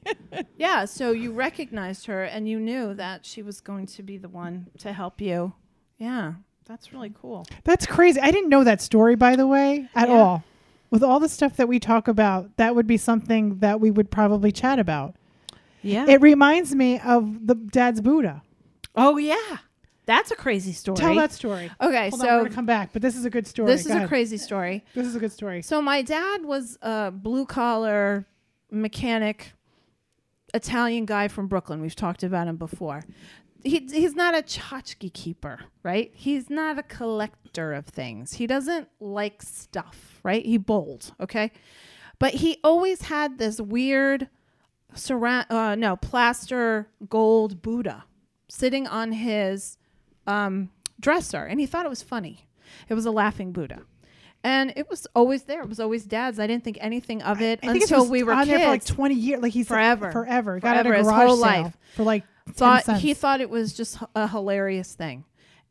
Speaker 1: yeah so you recognized her and you knew that she was going to be the one to help you yeah that's really cool
Speaker 2: That's crazy. I didn't know that story, by the way, at
Speaker 1: Yeah.
Speaker 2: all. With all the stuff that we talk about, that would be something that we would probably chat about.
Speaker 1: yeah
Speaker 2: It reminds me of the dad's Buddha.
Speaker 1: Oh yeah, that's a crazy story.
Speaker 2: Tell that story.
Speaker 1: Okay,
Speaker 2: Hold on, we're
Speaker 1: so
Speaker 2: gonna come back, but this is a good story.
Speaker 1: this
Speaker 2: Go
Speaker 1: is a
Speaker 2: ahead.
Speaker 1: crazy story.
Speaker 2: This is a good story.
Speaker 1: So my dad was a blue collar mechanic, Italian guy from Brooklyn. We've talked about him before. He, he's not a tchotchke keeper, right? He's not a collector of things. He doesn't like stuff, right? He bold, okay? But he always had this weird surround, uh, no, plaster gold Buddha sitting on his um, dresser, and he thought it was funny. It was a laughing Buddha. And it was always there. It was always dad's. I didn't think anything of it
Speaker 2: I think it
Speaker 1: until
Speaker 2: was
Speaker 1: we were
Speaker 2: on
Speaker 1: kids.
Speaker 2: there for like twenty years. Like he's
Speaker 1: Forever.
Speaker 2: forever. Got out
Speaker 1: Forever,
Speaker 2: of
Speaker 1: his
Speaker 2: garage
Speaker 1: whole
Speaker 2: sale
Speaker 1: life.
Speaker 2: for like 10
Speaker 1: thought
Speaker 2: cents.
Speaker 1: he thought it was just h- a hilarious thing,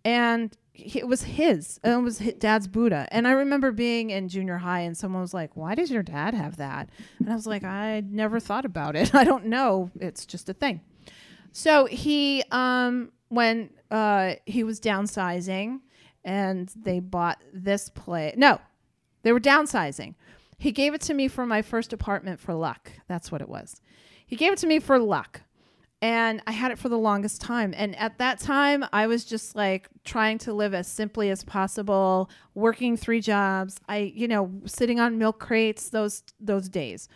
Speaker 1: and he, it was his. And it was his dad's Buddha. And I remember being in junior high, and someone was like, "Why does your dad have that?" And I was like, "I never thought about it. I don't know. It's just a thing." So he, um, when uh, he was downsizing, and they bought this play. No, they were downsizing. He gave it to me for my first apartment for luck. That's what it was. He gave it to me for luck. And I had it for the longest time. And at that time, I was just like trying to live as simply as possible, working three jobs. I, you know, sitting on milk crates those those days.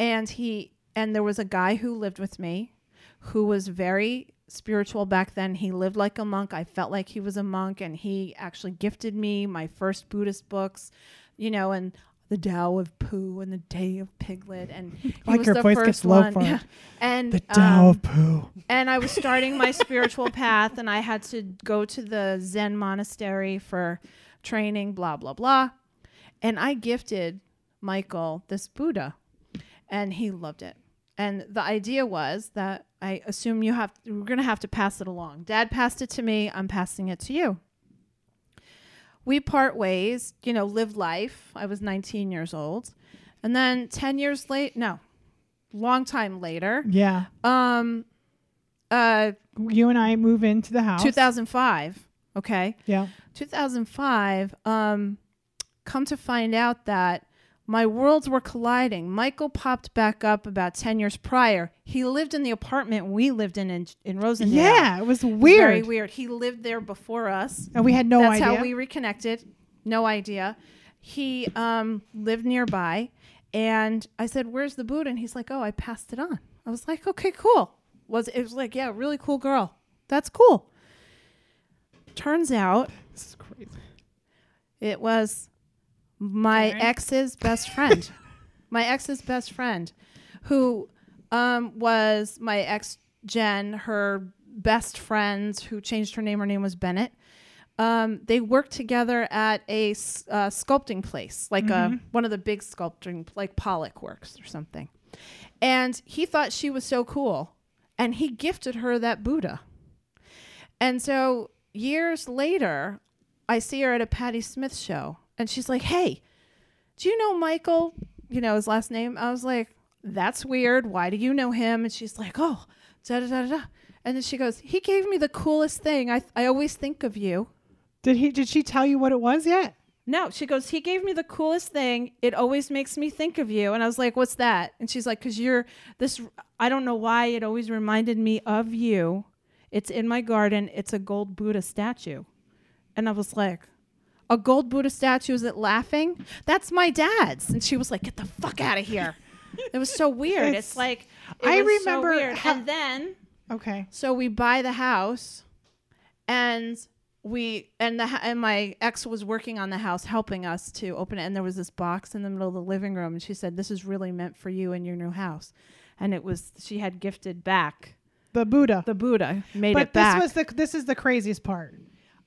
Speaker 1: And he and there was a guy who lived with me who was very spiritual back then. He lived like a monk. I felt like he was a monk, and he actually gifted me my first Buddhist books, you know, and the Tao of Pooh and the Day of Piglet, and he
Speaker 2: like
Speaker 1: was
Speaker 2: your
Speaker 1: the
Speaker 2: voice
Speaker 1: first
Speaker 2: gets low
Speaker 1: one.
Speaker 2: for it.
Speaker 1: Yeah. And
Speaker 2: The Tao
Speaker 1: um,
Speaker 2: of Pooh.
Speaker 1: and I was starting my spiritual path, and I had to go to the Zen monastery for training, blah, blah, blah. And I gifted Michael this Buddha, and he loved it. And the idea was that I assume you have, we're going to have to pass it along. Dad passed it to me, I'm passing it to you. We part ways, you know, live life. I was 19 years old. And then 10 years late, no, long time later,
Speaker 2: Yeah.
Speaker 1: um, uh,
Speaker 2: You and I move into the house.
Speaker 1: 2005. Okay.
Speaker 2: Yeah.
Speaker 1: 2005, um, come to find out that my worlds were colliding. Michael popped back up about 10 years prior. He lived in the apartment we lived in in, in Rosendale.
Speaker 2: Yeah. It was
Speaker 1: It was
Speaker 2: weird.
Speaker 1: Very weird. He lived there before us.
Speaker 2: And we had no
Speaker 1: That's
Speaker 2: idea.
Speaker 1: how we reconnected. No idea. He um, lived nearby. And I said, Where's the boot? And he's like, Oh, I passed it on. I was like, Okay, cool. Was it was like, Yeah, really cool girl. That's cool. Turns out
Speaker 2: this is crazy.
Speaker 1: it was my
Speaker 6: Karen?
Speaker 1: ex's best friend. my ex's best friend, who um, was my ex Jen, her best friend, who changed her name. Her name was Bennett. Um, they worked together at a s- uh, sculpting place, like a, one of the big sculpting, like Pollock Works or something. And he thought she was so cool, and he gifted her that Buddha. And so years later, I see her at a Patti Smith show, and she's like, "Hey, do you know Michael? You know his last name?" I was like, "That's weird. Why do you know him?" And she's like, "Oh, da da da da." da." And then she goes, "He gave me the coolest thing. I I always think of you."
Speaker 2: Did he? Did she tell you what it was yet?
Speaker 1: No, she goes, he gave me the coolest thing. It always makes me think of you. And I was like, what's that? And she's like, because you're this, I don't know why it always reminded me of you. It's in my garden. It's a gold Buddha statue. And I was like, a gold Buddha statue? Is it laughing? That's my dad's. And she was like, get the fuck out of here. it was so weird. It's,
Speaker 2: It's-
Speaker 1: like, it
Speaker 2: I
Speaker 1: was so
Speaker 2: remember
Speaker 1: weird.
Speaker 2: how-
Speaker 1: and then.
Speaker 2: Okay.
Speaker 1: So we buy the house, and we and the h- and my ex was working on the house, helping us to open it. And there was this box in the middle of the living room, and she said, "This is really meant for you and your new house." And it was she had gifted back
Speaker 2: The Buddha.
Speaker 1: the Buddha, made
Speaker 2: but
Speaker 1: it back.
Speaker 2: this was the this is the craziest part.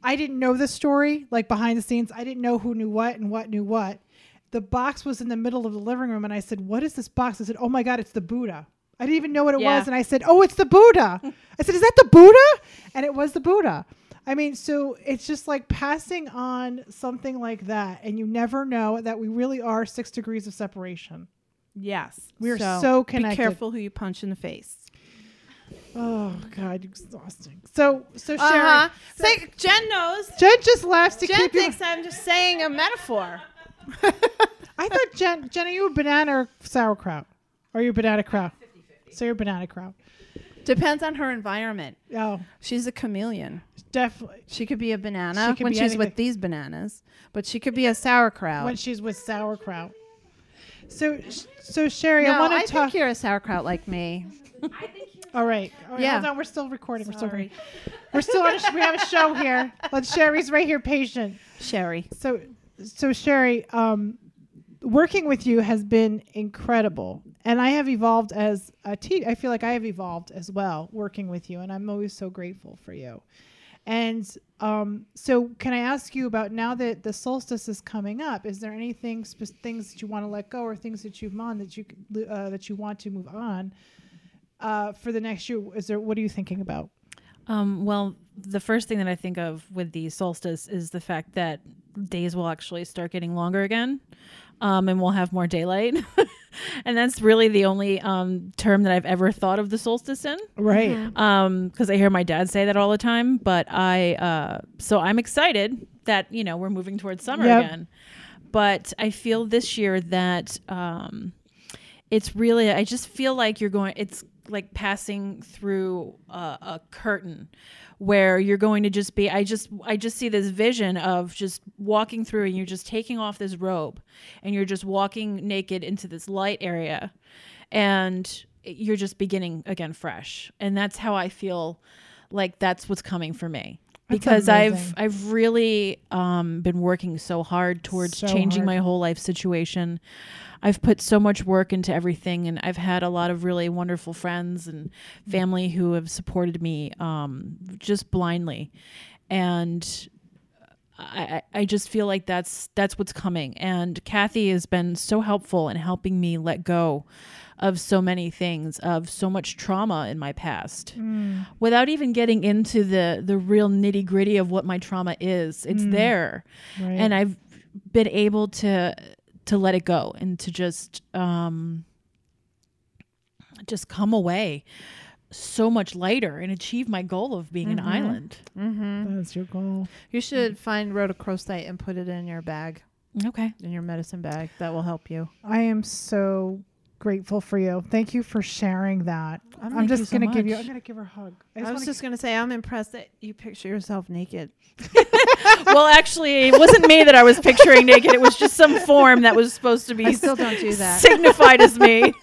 Speaker 2: I didn't know the story like behind the scenes. I didn't know who knew what and what knew what. The box was in the middle of the living room, and I said, "What is this box?" I said, "Oh my god, it's the Buddha." I didn't even know what it
Speaker 1: Yeah.
Speaker 2: was, and I said, "Oh, it's the Buddha." I said, "Is that the Buddha?" And it was the Buddha. I mean, so it's just like passing on something like that, and you never know that we really are six degrees of separation.
Speaker 1: yes,
Speaker 2: We are so connected.
Speaker 1: Be careful who you punch in the face.
Speaker 2: Oh God, exhausting. So, so Sharon,
Speaker 1: Uh huh. Jen knows.
Speaker 2: Jen just laughs to
Speaker 1: Jen
Speaker 2: keep you.
Speaker 1: thinks I'm just saying a metaphor.
Speaker 2: I thought Jen, Jen, are you a banana or sauerkraut? Are you a banana kraut? So you're a banana kraut.
Speaker 1: Depends on her environment.
Speaker 2: Oh,
Speaker 1: She's a chameleon.
Speaker 2: definitely.
Speaker 1: She could be a banana
Speaker 2: She could
Speaker 1: when
Speaker 2: be
Speaker 1: she's with
Speaker 2: anything.
Speaker 1: these bananas, but she could be a sauerkraut.
Speaker 2: When she's with sauerkraut. So, so Sherry,
Speaker 1: no,
Speaker 2: I
Speaker 1: I,
Speaker 2: want to
Speaker 1: think
Speaker 2: talk.
Speaker 1: you're a sauerkraut like me.
Speaker 2: All right. All right.
Speaker 1: Yeah.
Speaker 2: Hold on. We're still recording. We're still recording. We're still on. A sh- we have a show here. But Sherry's right here, patient.
Speaker 1: Sherry.
Speaker 2: So, so Sherry, um, working with you has been incredible, and I have evolved as a teacher. I feel like I have evolved as well working with you, and I'm always so grateful for you. And um, so, can I ask you about now that the solstice is coming up? Is there anything spe- things that you want to let go, or things that you've on that you c- uh, that you want to move on uh, for the next year? Is there what are you thinking about?
Speaker 6: Um, well, the first thing that I think of with the solstice is the fact that days will actually start getting longer again, um, and we'll have more daylight. and that's really the only um, term that I've ever thought of the solstice in,
Speaker 2: Right.
Speaker 6: because I hear my dad say that all the time. But I, uh, so I'm excited that you know we're moving towards summer
Speaker 2: Yep.
Speaker 6: again. But I feel this year that um, it's really i just feel like you're going it's like passing through a, a curtain where you're going to just be i just i just see this vision of just walking through and you're just taking off this robe and you're just walking naked into this light area and you're just beginning again fresh and that's how i feel like that's what's coming for me because I've
Speaker 2: amazing.
Speaker 6: I've really um, been working so hard towards
Speaker 2: So
Speaker 6: changing
Speaker 2: hard.
Speaker 6: my whole life situation. I've put so much work into everything, and I've had a lot of really wonderful friends and family who have supported me um, just blindly, and I, I I just feel like that's that's what's coming. And Kathy has been so helpful in helping me let go of so many things, of so much trauma in my past, without even getting into the the real nitty gritty of what my trauma is. It's
Speaker 7: Mm.
Speaker 6: there,
Speaker 2: Right.
Speaker 6: and I've been able to to let it go and to just um, just come away so much lighter and achieve my goal of being
Speaker 7: Mm-hmm.
Speaker 6: an island.
Speaker 2: That's your goal.
Speaker 1: You should find rhodochrosite and put it in your bag,
Speaker 6: Okay.
Speaker 1: in your medicine bag. That will help you.
Speaker 2: I am so grateful for you. Thank you for sharing that.
Speaker 1: Oh,
Speaker 2: I'm,
Speaker 6: thank you
Speaker 2: just
Speaker 6: so
Speaker 2: gonna give you.
Speaker 6: much.
Speaker 2: I'm gonna give her a hug.
Speaker 1: I,
Speaker 2: just
Speaker 1: was
Speaker 2: wanna-
Speaker 1: just gonna say, I'm impressed that you picture yourself naked.
Speaker 6: well, actually, it wasn't me that I was picturing naked. It was just some form that was supposed to
Speaker 1: I
Speaker 6: be
Speaker 1: still don't do that.
Speaker 6: signified as me.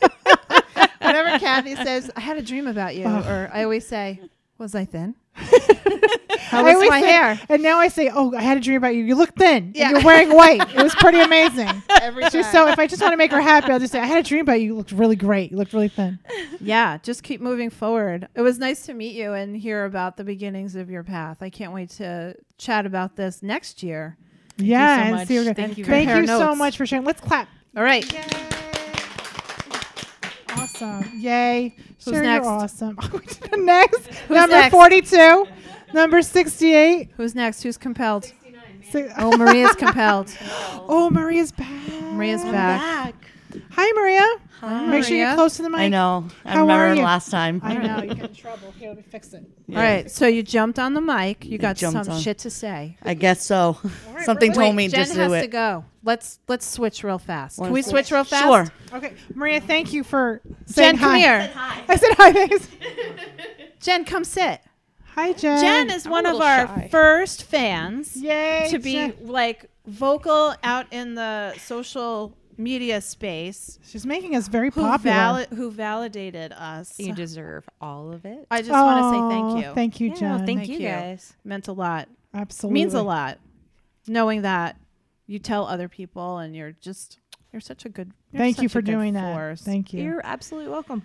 Speaker 1: Whenever Kathy says, "I had a dream about you,"
Speaker 2: Oh.
Speaker 1: or I always say, "Was I thin? How
Speaker 2: I
Speaker 1: was
Speaker 2: always
Speaker 1: my
Speaker 2: say-
Speaker 1: hair?"
Speaker 2: And now I say, "Oh, I had a dream about you. You look thin.
Speaker 1: Yeah.
Speaker 2: And you're wearing white. It was pretty amazing."
Speaker 1: Every time.
Speaker 2: Just so if I just want to make her happy, I'll just say, "I had a dream about you. You looked really great. You looked really thin."
Speaker 1: yeah, just keep moving forward. It was nice to meet you and hear about the beginnings of your path. I can't wait to chat about this next year.
Speaker 2: yeah. and
Speaker 6: much.
Speaker 2: see what-
Speaker 6: Thank you.
Speaker 2: Thank
Speaker 1: Compare
Speaker 2: you so
Speaker 1: notes.
Speaker 2: much for sharing. Let's clap.
Speaker 1: All right.
Speaker 2: Awesome. Uh, Yay.
Speaker 1: Who's
Speaker 2: Sherry,
Speaker 1: next?
Speaker 2: You're awesome. next. number
Speaker 1: next?
Speaker 2: 42. Number 68.
Speaker 1: Who's next? Who's compelled?
Speaker 2: Si-
Speaker 1: Oh, Maria's compelled.
Speaker 2: oh, Maria's back.
Speaker 1: Maria's back.
Speaker 2: Hi, Maria.
Speaker 1: Hi,
Speaker 2: Make sure you're
Speaker 1: Maria.
Speaker 2: close to the mic.
Speaker 8: I know. I
Speaker 2: How are
Speaker 8: remember
Speaker 2: you?
Speaker 8: last time.
Speaker 2: I know. You got in trouble. Here, let me fix it.
Speaker 1: All right. So you jumped on the mic. You got
Speaker 8: jumped
Speaker 1: some
Speaker 8: on.
Speaker 1: shit to say.
Speaker 8: I guess so. Something told me
Speaker 1: Wait, Jen
Speaker 8: just
Speaker 1: has
Speaker 8: do
Speaker 1: to
Speaker 8: it.
Speaker 1: go. Let's let's switch real fast. Can
Speaker 8: Wanna
Speaker 1: we
Speaker 8: switch?
Speaker 1: switch real fast?
Speaker 8: Sure.
Speaker 2: Okay. Maria, thank you for saying
Speaker 1: Jen, come
Speaker 2: hi.
Speaker 1: here.
Speaker 2: I said hi. Thanks.
Speaker 1: Jen, come sit.
Speaker 2: Hi, Jen.
Speaker 1: Jen is one of our first fans
Speaker 2: Yay.
Speaker 1: to be
Speaker 2: Jen.
Speaker 1: like vocal out in the social media space.
Speaker 2: She's making us very
Speaker 1: Who,
Speaker 2: popular.
Speaker 1: vali- who validated us?
Speaker 9: You deserve all of it.
Speaker 1: I just want to say thank
Speaker 2: Aw,
Speaker 1: you.
Speaker 2: Thank you, Jen.
Speaker 9: thank, you,
Speaker 1: you.
Speaker 9: guys.
Speaker 1: Meant a lot.
Speaker 2: Absolutely.
Speaker 1: Means a lot. Knowing that you tell other people, and you're just you're such a good. you're
Speaker 2: Thank you
Speaker 1: such a
Speaker 2: for
Speaker 1: good
Speaker 2: doing that.
Speaker 1: force.
Speaker 2: Thank you.
Speaker 9: You're absolutely welcome.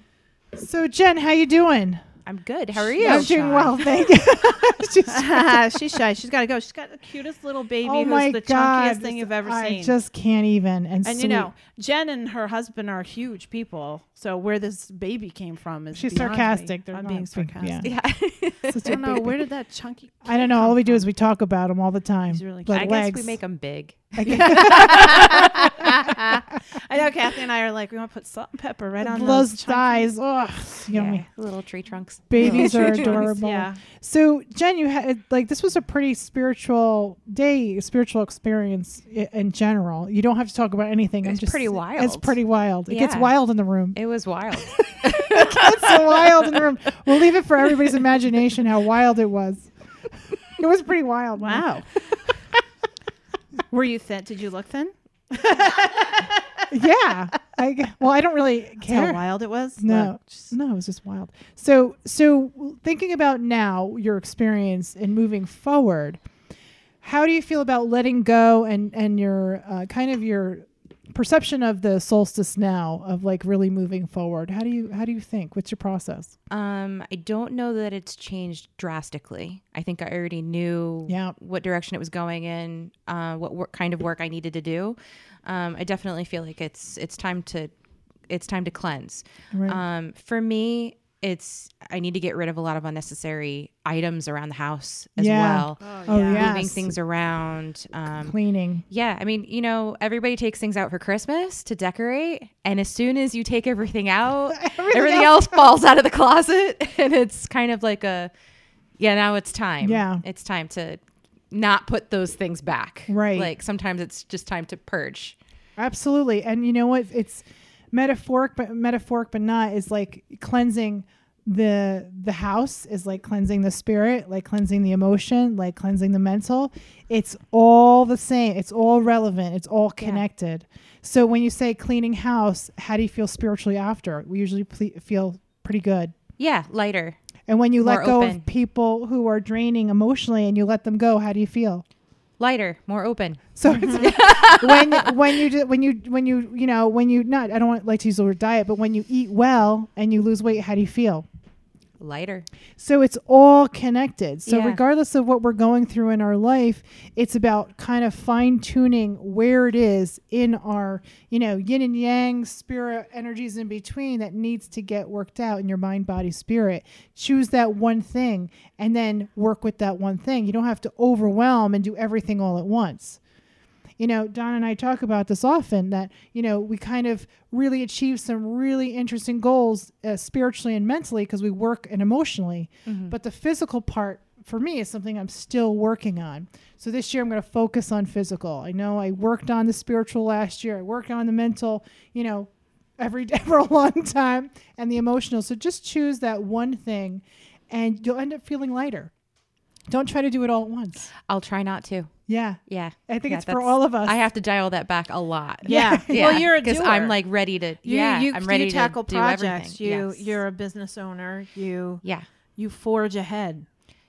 Speaker 2: So Jen, how you doing?
Speaker 9: I'm good. How are you?
Speaker 2: I'm doing well, thank you. She's-
Speaker 1: she's shy. She's got to go. She's got the cutest little baby
Speaker 2: oh
Speaker 1: who's
Speaker 2: my
Speaker 1: the
Speaker 2: god,
Speaker 1: chunkiest thing you've
Speaker 2: this-
Speaker 1: ever
Speaker 2: I
Speaker 1: seen.
Speaker 2: just can't even.
Speaker 1: and
Speaker 2: And, sweet.
Speaker 1: you know, Jen and her husband are huge people. So where this baby came from is
Speaker 2: she's
Speaker 1: beyond me.
Speaker 2: sarcastic. They're
Speaker 1: I'm
Speaker 2: not
Speaker 1: being
Speaker 2: fucking-
Speaker 1: sarcastic.
Speaker 2: Yeah.
Speaker 1: I don't know where did that chunky.
Speaker 2: I don't know. All we do is we talk about them all the time.
Speaker 1: He's really
Speaker 2: But
Speaker 1: cute.
Speaker 9: I
Speaker 2: legs.
Speaker 9: guess we make them big.
Speaker 1: I know Kathy and I are like we want to put salt and pepper right on
Speaker 2: those,
Speaker 1: those chunky-
Speaker 2: thighs. Ugh, yummy.
Speaker 9: Yeah, Little tree trunks.
Speaker 2: Babies are
Speaker 9: Tree trunks,
Speaker 2: adorable.
Speaker 1: Yeah,
Speaker 2: So Jen, you had like this was a pretty spiritual day, spiritual experience i- in general. You don't have to talk about anything. I'm
Speaker 9: It's
Speaker 2: just,
Speaker 9: pretty
Speaker 2: It's
Speaker 9: wild.
Speaker 2: pretty wild. It gets
Speaker 9: Yeah.
Speaker 2: wild in the room.
Speaker 9: It was wild.
Speaker 2: It's so wild in the room. We'll leave it for everybody's imagination how wild it was. It was pretty wild.
Speaker 1: Wow. were you thin? Did you look thin?
Speaker 2: Yeah. I, g- well, I don't really
Speaker 1: That's how
Speaker 2: care.
Speaker 1: wild it was.
Speaker 2: No.
Speaker 1: Look, just-
Speaker 2: No, it was just wild. So, so thinking about now your experience and moving forward, how do you feel about letting go and and your uh, kind of your perception of the solstice now of like really moving forward? How do you how do you think? What's your process?
Speaker 9: Um, I don't know that it's changed drastically. I think I already knew
Speaker 2: Yeah.
Speaker 9: what direction it was going in, uh, what work, kind of work I needed to do. Um, I definitely feel like it's it's time to it's time to cleanse.
Speaker 2: Right.
Speaker 9: Um, for me, it's I need to get rid of a lot of unnecessary items around the house as
Speaker 2: Yeah.
Speaker 9: well,
Speaker 2: Oh yeah,
Speaker 9: moving things around. Um,
Speaker 2: cleaning.
Speaker 9: yeah, I mean, you know, everybody takes things out for Christmas to decorate, and as soon as you take everything out, everything, else falls out of the closet, and it's kind of like a yeah, now it's time.
Speaker 2: Yeah.
Speaker 9: It's time to not put those things back.
Speaker 2: Right.
Speaker 9: Like sometimes it's just time to purge.
Speaker 2: Absolutely. And you know what? It's metaphoric, but metaphoric, but not is like cleansing the the house is like cleansing the spirit, like cleansing the emotion, like cleansing the mental. It's all the same. It's all relevant. It's all connected. So when you say cleaning house, how do you feel spiritually after? We usually ple- feel pretty good.
Speaker 9: Yeah, lighter.
Speaker 2: And when you let
Speaker 9: More
Speaker 2: go
Speaker 9: open.
Speaker 2: of people who are draining emotionally and you let them go, how do you feel?
Speaker 9: Lighter, more open.
Speaker 2: So it's when when you do, when you when you you know when you not I don't want like to use the word diet, but when you eat well and you lose weight, how do you feel?
Speaker 9: Lighter.
Speaker 2: So it's all connected. So
Speaker 9: Yeah.
Speaker 2: regardless of what we're going through in our life, it's about kind of fine tuning where it is in our, you know, yin and yang spirit energies in between that needs to get worked out in your mind, body, spirit. Choose that one thing and then work with that one thing. You don't have to overwhelm and do everything all at once you know, Don and I talk about this often that, you know, we kind of really achieve some really interesting goals uh, spiritually and mentally because we work and emotionally.
Speaker 1: Mm-hmm.
Speaker 2: But the physical part for me is something I'm still working on. So this year I'm going to focus on physical. I know I worked on the spiritual last year, I worked on the mental, you know, every day for a long time and the emotional. So just choose that one thing and you'll end up feeling lighter. Don't try to do it all at once.
Speaker 9: I'll try not to.
Speaker 2: Yeah.
Speaker 9: Yeah.
Speaker 2: I think
Speaker 9: Yeah,
Speaker 2: it's for
Speaker 9: that's-
Speaker 2: all of us.
Speaker 9: I have to dial that back a lot.
Speaker 1: Yeah.
Speaker 9: Yeah,
Speaker 1: Well, you're a
Speaker 9: because
Speaker 1: doer.
Speaker 9: I'm like ready to.
Speaker 1: you,
Speaker 9: yeah,
Speaker 1: you,
Speaker 9: I'm ready
Speaker 1: you tackle
Speaker 9: to do
Speaker 1: projects.
Speaker 9: everything.
Speaker 1: You
Speaker 9: Yes.
Speaker 1: you're a business owner. You
Speaker 9: Yeah.
Speaker 1: you forge ahead.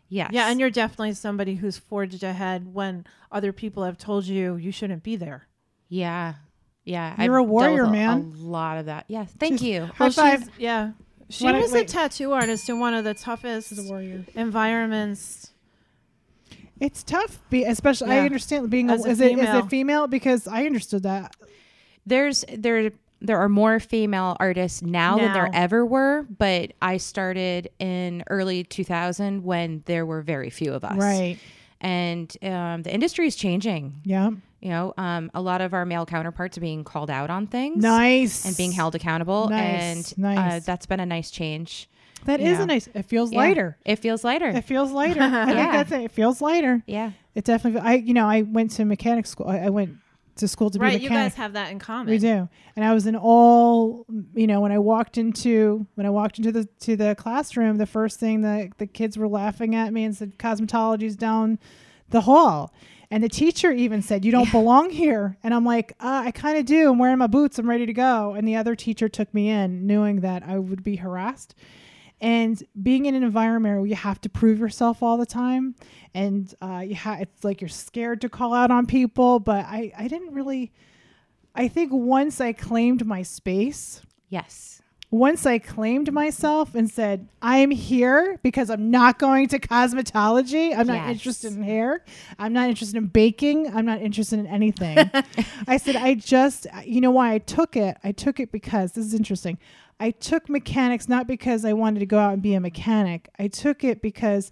Speaker 9: Yes.
Speaker 1: Yeah, and you're definitely somebody who's forged ahead when other people have told you you shouldn't be there.
Speaker 9: Yeah. Yeah.
Speaker 2: You're a
Speaker 9: I've dealt
Speaker 2: warrior,
Speaker 9: with a-
Speaker 2: man.
Speaker 9: A lot of that. Yes. Thank you.
Speaker 2: High five.
Speaker 1: she's- yeah. She
Speaker 2: Why don't-
Speaker 1: was a
Speaker 2: wait.
Speaker 1: tattoo artist in one of the toughest
Speaker 2: warrior.
Speaker 1: environments.
Speaker 2: It's tough, be, especially I
Speaker 1: Yeah.
Speaker 2: understand being
Speaker 1: As
Speaker 2: a,
Speaker 1: a
Speaker 2: is it is
Speaker 1: female.
Speaker 2: it female because I understood that.
Speaker 9: There's there there are more female artists now, than there
Speaker 1: Now.
Speaker 9: ever were, but I started in early 2000 when there were very few of us.
Speaker 2: Right.
Speaker 9: And um, the industry is changing.
Speaker 2: Yeah.
Speaker 9: You know, um, a lot of our male counterparts are being called out on things.
Speaker 2: Nice.
Speaker 9: And being held accountable,
Speaker 2: Nice,
Speaker 9: and Uh,
Speaker 2: nice.
Speaker 9: that's been a nice change.
Speaker 2: That is
Speaker 9: Yeah.
Speaker 2: a nice. It feels
Speaker 9: Yeah.
Speaker 2: lighter.
Speaker 9: It feels lighter.
Speaker 2: It feels lighter. I think
Speaker 9: Yeah.
Speaker 2: that's it. It feels lighter.
Speaker 9: yeah.
Speaker 2: It definitely. I you know I went to mechanic school. I, I went to school to
Speaker 1: Right,
Speaker 2: be a
Speaker 1: you
Speaker 2: mechanic.
Speaker 1: guys have that in common.
Speaker 2: we do. And I was in all you know when I walked into when I walked into the to the classroom, the first thing that the kids were laughing at me and said cosmetology's down the hall. And the teacher even said, "You don't belong here." And I'm like, uh, "I kind of do. I'm wearing my boots. I'm ready to go." And the other teacher took me in, knowing that I would be harassed. And being in an environment where you have to prove yourself all the time, and uh, you ha- it's like you're scared to call out on people. But I, I didn't really. I think once I claimed my space,
Speaker 9: Yes.
Speaker 2: once I claimed myself and said, I'm here because I'm not going to cosmetology. I'm not
Speaker 9: Yes.
Speaker 2: interested in hair. I'm not interested in baking. I'm not interested in anything. I said, I just, you know why I took it? I took it because this is interesting. I took mechanics not because I wanted to go out and be a mechanic. I took it because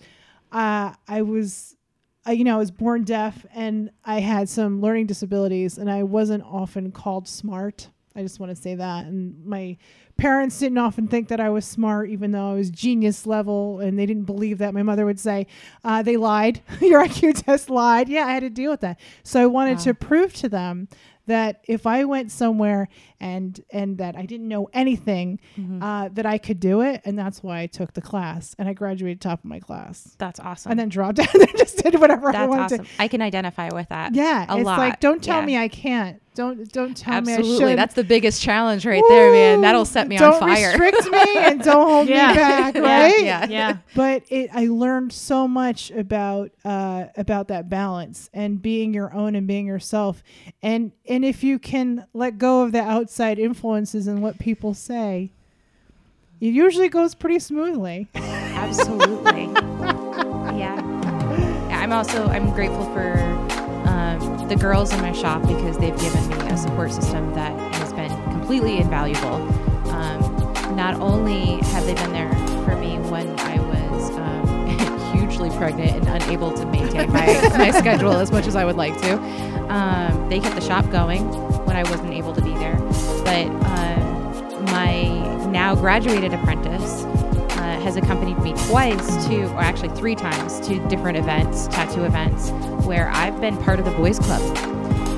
Speaker 2: uh, I was I, you know, I was born deaf and I had some learning disabilities, and I wasn't often called smart. I just want to say that. And my parents didn't often think that I was smart, even though I was genius level, and they didn't believe that. My mother would say, uh, they lied. Your IQ test lied. Yeah, I had to deal with that. So I wanted to prove to them that if I went somewhere and and that I didn't know anything, uh, that I could do it, and that's why I took the class, and I graduated top of my class
Speaker 9: That's awesome.
Speaker 2: and then dropped out and just did whatever I
Speaker 9: That's
Speaker 2: wanted
Speaker 9: awesome.
Speaker 2: to.
Speaker 9: I can identify with that.
Speaker 2: Yeah,
Speaker 9: a
Speaker 2: it's
Speaker 9: lot.
Speaker 2: like don't tell
Speaker 9: Yeah.
Speaker 2: me I can't. Don't don't tell me I
Speaker 9: Absolutely.
Speaker 2: should.
Speaker 9: That's the biggest challenge right there, man. That'll set me on fire.
Speaker 2: Don't restrict me and don't hold
Speaker 1: Yeah.
Speaker 2: me back,
Speaker 1: Yeah.
Speaker 2: right?
Speaker 9: Yeah.
Speaker 1: Yeah.
Speaker 2: But it, I learned so much about uh, about that balance and being your own and being yourself, and and if you can let go of the outside influences and what people say, it usually goes pretty smoothly.
Speaker 9: Absolutely. yeah. Yeah, I'm also I'm grateful for um, the girls in my shop because they've given me a support system that has been completely invaluable. Um, not only have they been there for me when I was um, hugely pregnant and unable to maintain my, my schedule as much as I would like to, um, they kept the shop going when I wasn't able to be there. But um, my now graduated apprentice uh, has accompanied me twice to, or actually three times, to different events, tattoo events, where I've been part of the boys' club.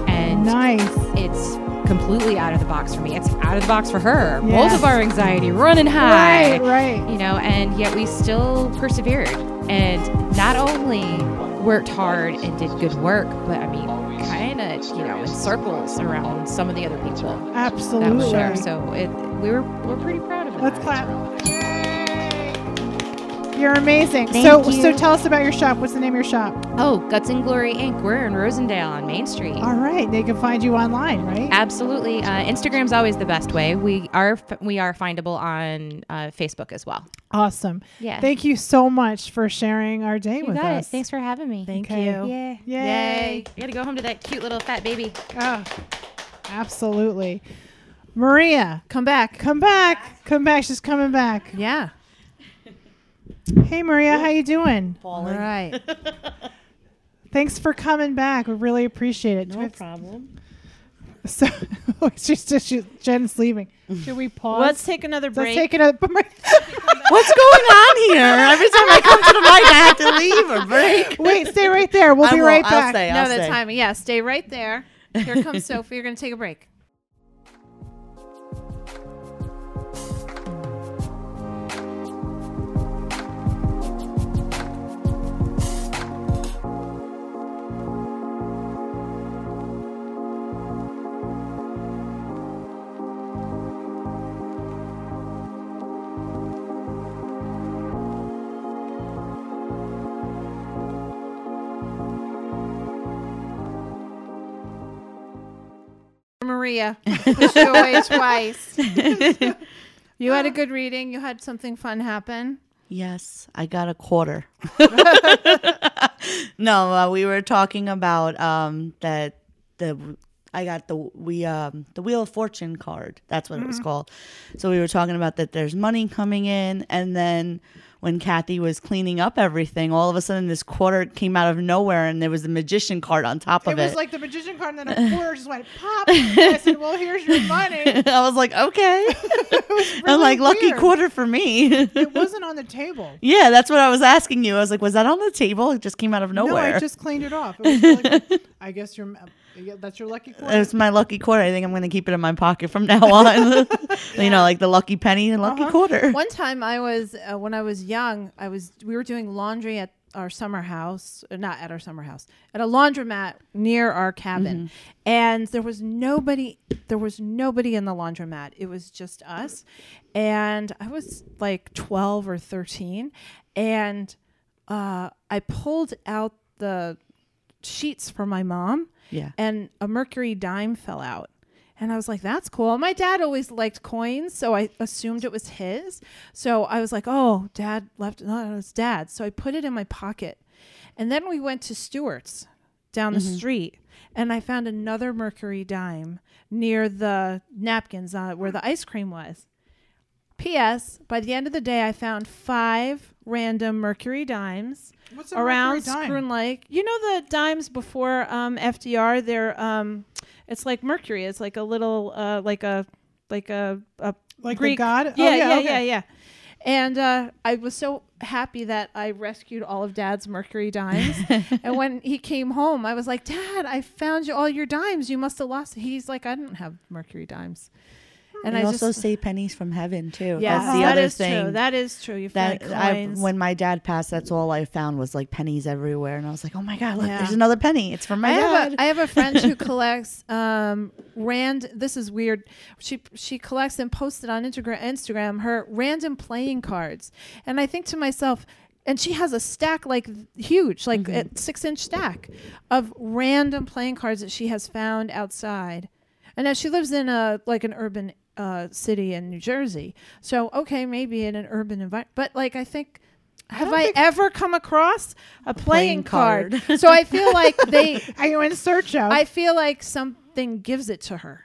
Speaker 9: And
Speaker 2: Nice.
Speaker 9: it's completely out of the box for me. It's out of the box for her.
Speaker 2: Yes.
Speaker 9: Both of our anxiety running high
Speaker 2: Right. Right.
Speaker 9: you know, and yet we still persevered and not only worked hard and did good work, but I mean, kind of, you know, in circles around some of the other people that
Speaker 2: Absolutely.
Speaker 9: was there. So it, we were, we're pretty proud of it.
Speaker 2: Let's clap. You're You're amazing.
Speaker 10: Thank
Speaker 2: so
Speaker 10: you.
Speaker 2: so tell us about your shop. What's the name of your shop?
Speaker 9: Oh, Guts and Glory Inc. We're in Rosendale on Main Street.
Speaker 2: All right. They can find you online, right?
Speaker 9: Absolutely. Uh, Instagram's always the best way. We are we are findable on uh, Facebook as well.
Speaker 2: Awesome.
Speaker 9: Yeah.
Speaker 2: Thank you so much for sharing our day
Speaker 9: you
Speaker 2: with
Speaker 9: got
Speaker 2: us.
Speaker 9: it. Thanks for having me.
Speaker 6: Thank
Speaker 2: Okay.
Speaker 6: you.
Speaker 9: Yeah.
Speaker 2: Yay.
Speaker 9: I gotta go home to that cute little fat baby.
Speaker 2: Oh, absolutely. Maria,
Speaker 1: Come back.
Speaker 2: come back. Come back. She's coming back.
Speaker 1: Yeah.
Speaker 2: Hey Maria, how you doing?
Speaker 1: All right.
Speaker 2: Thanks for coming back. We really appreciate it. Do we have-
Speaker 10: problem.
Speaker 2: So she's just she, Jen's leaving. Should we pause?
Speaker 1: Let's take another
Speaker 2: Let's
Speaker 1: break.
Speaker 2: take another break.
Speaker 10: What's going on here? Every time I come to the mic, I have to leave or break.
Speaker 2: Wait, stay right there. We'll
Speaker 10: I
Speaker 2: be
Speaker 10: will-
Speaker 2: right
Speaker 10: I'll
Speaker 2: back.
Speaker 10: stay,
Speaker 1: no,
Speaker 10: I'll
Speaker 1: the
Speaker 10: stay.
Speaker 1: time. Yeah, stay right there. Here comes Sophie. You're going to take a break. Maria, push you away twice. you had a good reading. You had something fun happen.
Speaker 10: Yes, I got a quarter. no, uh, we were talking about um, that the I got the we um, the Wheel of Fortune card. That's what it
Speaker 2: Mm-hmm.
Speaker 10: was called. So we were talking about that. There's money coming in, and then when Kathy was cleaning up everything, all of a sudden this quarter came out of nowhere, and there was the magician card on top
Speaker 2: It
Speaker 10: of
Speaker 2: was
Speaker 10: it.
Speaker 2: like the magician card, and then a quarter just went pop. And I said, "Well, here's your money."
Speaker 10: I was like, okay,
Speaker 2: really
Speaker 10: I'm like lucky
Speaker 2: weird.
Speaker 10: quarter for me.
Speaker 2: It wasn't on the table.
Speaker 10: Yeah, that's what I was asking you. I was like, was that on the table? It just came out of nowhere.
Speaker 2: No, I just cleaned it off. It was like, I guess your yeah, that's your lucky quarter.
Speaker 10: it's my lucky quarter. I think I'm going to keep it in my pocket from now on. You know, like the lucky penny and
Speaker 1: Uh-huh.
Speaker 10: lucky quarter.
Speaker 1: One time I was uh, when I was young, I was we were doing laundry at our summer house, uh, not at our summer house, at a laundromat near our cabin. And there was nobody there was nobody in the laundromat. It was just us. And I was like 12 or 13 and uh, I pulled out the sheets for my mom
Speaker 10: Yeah.
Speaker 1: and a mercury dime fell out. And I was like, that's cool. My dad always liked coins, so I assumed it was his. So I was like, oh, dad left, no, it's dad. So I put it in my pocket. And then we went to Stewart's down the street, and I found another mercury dime near the napkins uh, where the ice cream was. P.S. By the end of the day, I found five random mercury dimes
Speaker 2: What's a
Speaker 1: around
Speaker 2: mercury dime?
Speaker 1: Scroon Lake. You know the dimes before um, FDR. They're um, it's like mercury. It's like a little uh, like a like a, a
Speaker 2: Like the
Speaker 1: Greek
Speaker 2: god? Oh,
Speaker 1: Yeah,
Speaker 2: yeah,
Speaker 1: yeah,
Speaker 2: okay.
Speaker 1: yeah, yeah. And uh, I was so happy that I rescued all of Dad's mercury dimes. and when he came home, I was like, Dad, I found you all your dimes. You must have lost. He's like, I don't have mercury dimes. And
Speaker 10: And I
Speaker 1: I
Speaker 10: Hmm. also
Speaker 1: just
Speaker 10: say pennies from heaven too.
Speaker 1: yeah,
Speaker 10: that's the
Speaker 1: that
Speaker 10: other
Speaker 1: is
Speaker 10: thing.
Speaker 1: true. That is true. You find
Speaker 10: that I,
Speaker 1: coins.
Speaker 10: when my dad passed, that's all I found was like pennies everywhere, and I was like, "Oh my god, look,
Speaker 1: Yeah.
Speaker 10: there's another penny. It's from my
Speaker 1: I
Speaker 10: dad."
Speaker 1: have a I have a friend who collects um rand this is weird. She she collects and posted on Instagram Instagram her random playing cards. And I think to myself and she has a stack like huge, like a six inch stack of random playing cards that she has found outside. And now she lives in a like an urban uh, city in New Jersey. So okay, maybe in an urban environment, but like I think have I, ever come across a playing,
Speaker 10: playing
Speaker 1: card? so I feel like they,
Speaker 2: Are you in search of?
Speaker 1: I feel like something gives it to her.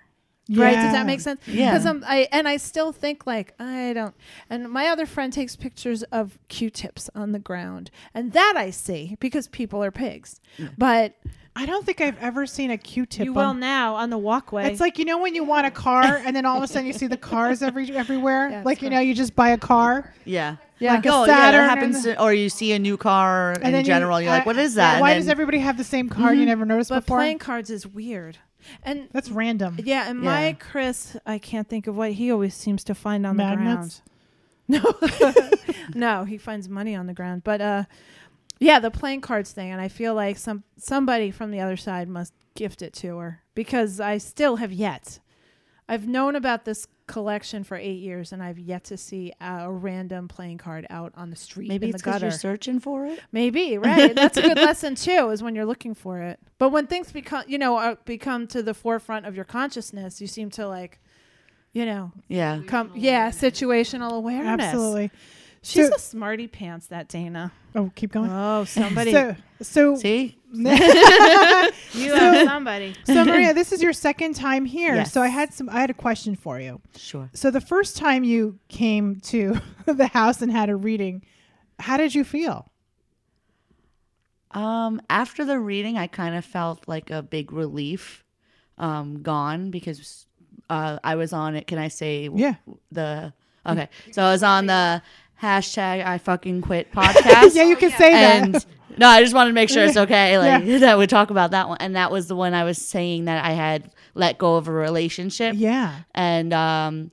Speaker 1: Right? Does
Speaker 2: Yeah.
Speaker 1: that make sense?
Speaker 10: Yeah.
Speaker 1: Because I'm, I and I still think like I don't. And my other friend takes pictures of Q-tips on the ground, and that I see because people are pigs. But
Speaker 2: I don't think I've ever seen a Q-tip.
Speaker 1: you
Speaker 2: on-
Speaker 1: will now on the walkway.
Speaker 2: It's like you know when you want a car, and then all of a sudden you see the cars every everywhere.
Speaker 1: Yes,
Speaker 2: like you
Speaker 1: correct.
Speaker 2: know, you just buy a car.
Speaker 10: yeah,
Speaker 2: Yeah. Like a
Speaker 10: oh, yeah,
Speaker 2: Saturn
Speaker 10: that
Speaker 2: and
Speaker 10: happens,
Speaker 2: the-
Speaker 10: to- or you see a new car
Speaker 2: and
Speaker 10: in
Speaker 2: then you-
Speaker 10: general. You, are
Speaker 2: I-
Speaker 10: like, "What is
Speaker 2: yeah,
Speaker 10: that?" And
Speaker 2: why
Speaker 10: then- Mm-hmm.
Speaker 2: does everybody have the same car? You never noticed
Speaker 1: but
Speaker 2: before.
Speaker 1: playing cards is weird, and
Speaker 2: That's random.
Speaker 1: Yeah, and
Speaker 10: Yeah.
Speaker 1: my Chris, I can't think of what he always seems to find on
Speaker 2: Magnets?
Speaker 1: the ground. No, no, he finds money on the ground. But uh, yeah, the playing cards thing, and I feel like some somebody from the other side must gift it to her because I still have yet. I've known about this collection for eight years, and I've yet to see uh, a random playing card out on the street.
Speaker 10: Maybe
Speaker 1: in
Speaker 10: it's
Speaker 1: the
Speaker 10: because
Speaker 1: gutter.
Speaker 10: you're searching for it.
Speaker 1: Maybe right. That's a good lesson too. Is when you're looking for it. But when things become, you know, are, become to the forefront of your consciousness, you seem to like, you know,
Speaker 10: Yeah.
Speaker 1: come yeah, situational awareness.
Speaker 2: Absolutely.
Speaker 1: She's
Speaker 2: So-
Speaker 1: a smarty pants, that Dana.
Speaker 2: Oh, keep going.
Speaker 1: Oh, somebody.
Speaker 2: so, so,
Speaker 10: See,
Speaker 1: you have somebody.
Speaker 2: so Maria, this is your second time here.
Speaker 10: Yes.
Speaker 2: So I had some. I had a question for you.
Speaker 10: sure.
Speaker 2: So the first time you came to the house and had a reading, how did you feel?
Speaker 10: Um, after the reading, I kind of felt like a big relief, um, gone because uh, I was on it. Can I say? w-
Speaker 2: Yeah.
Speaker 10: The okay, so I was on the hashtag I fucking quit podcast.
Speaker 2: yeah, you can say that.
Speaker 10: Oh, and no, I just wanted to make sure it's okay. Like that we talk about that one, and that was the one I was saying that I had let go of a relationship.
Speaker 2: yeah.
Speaker 10: and um,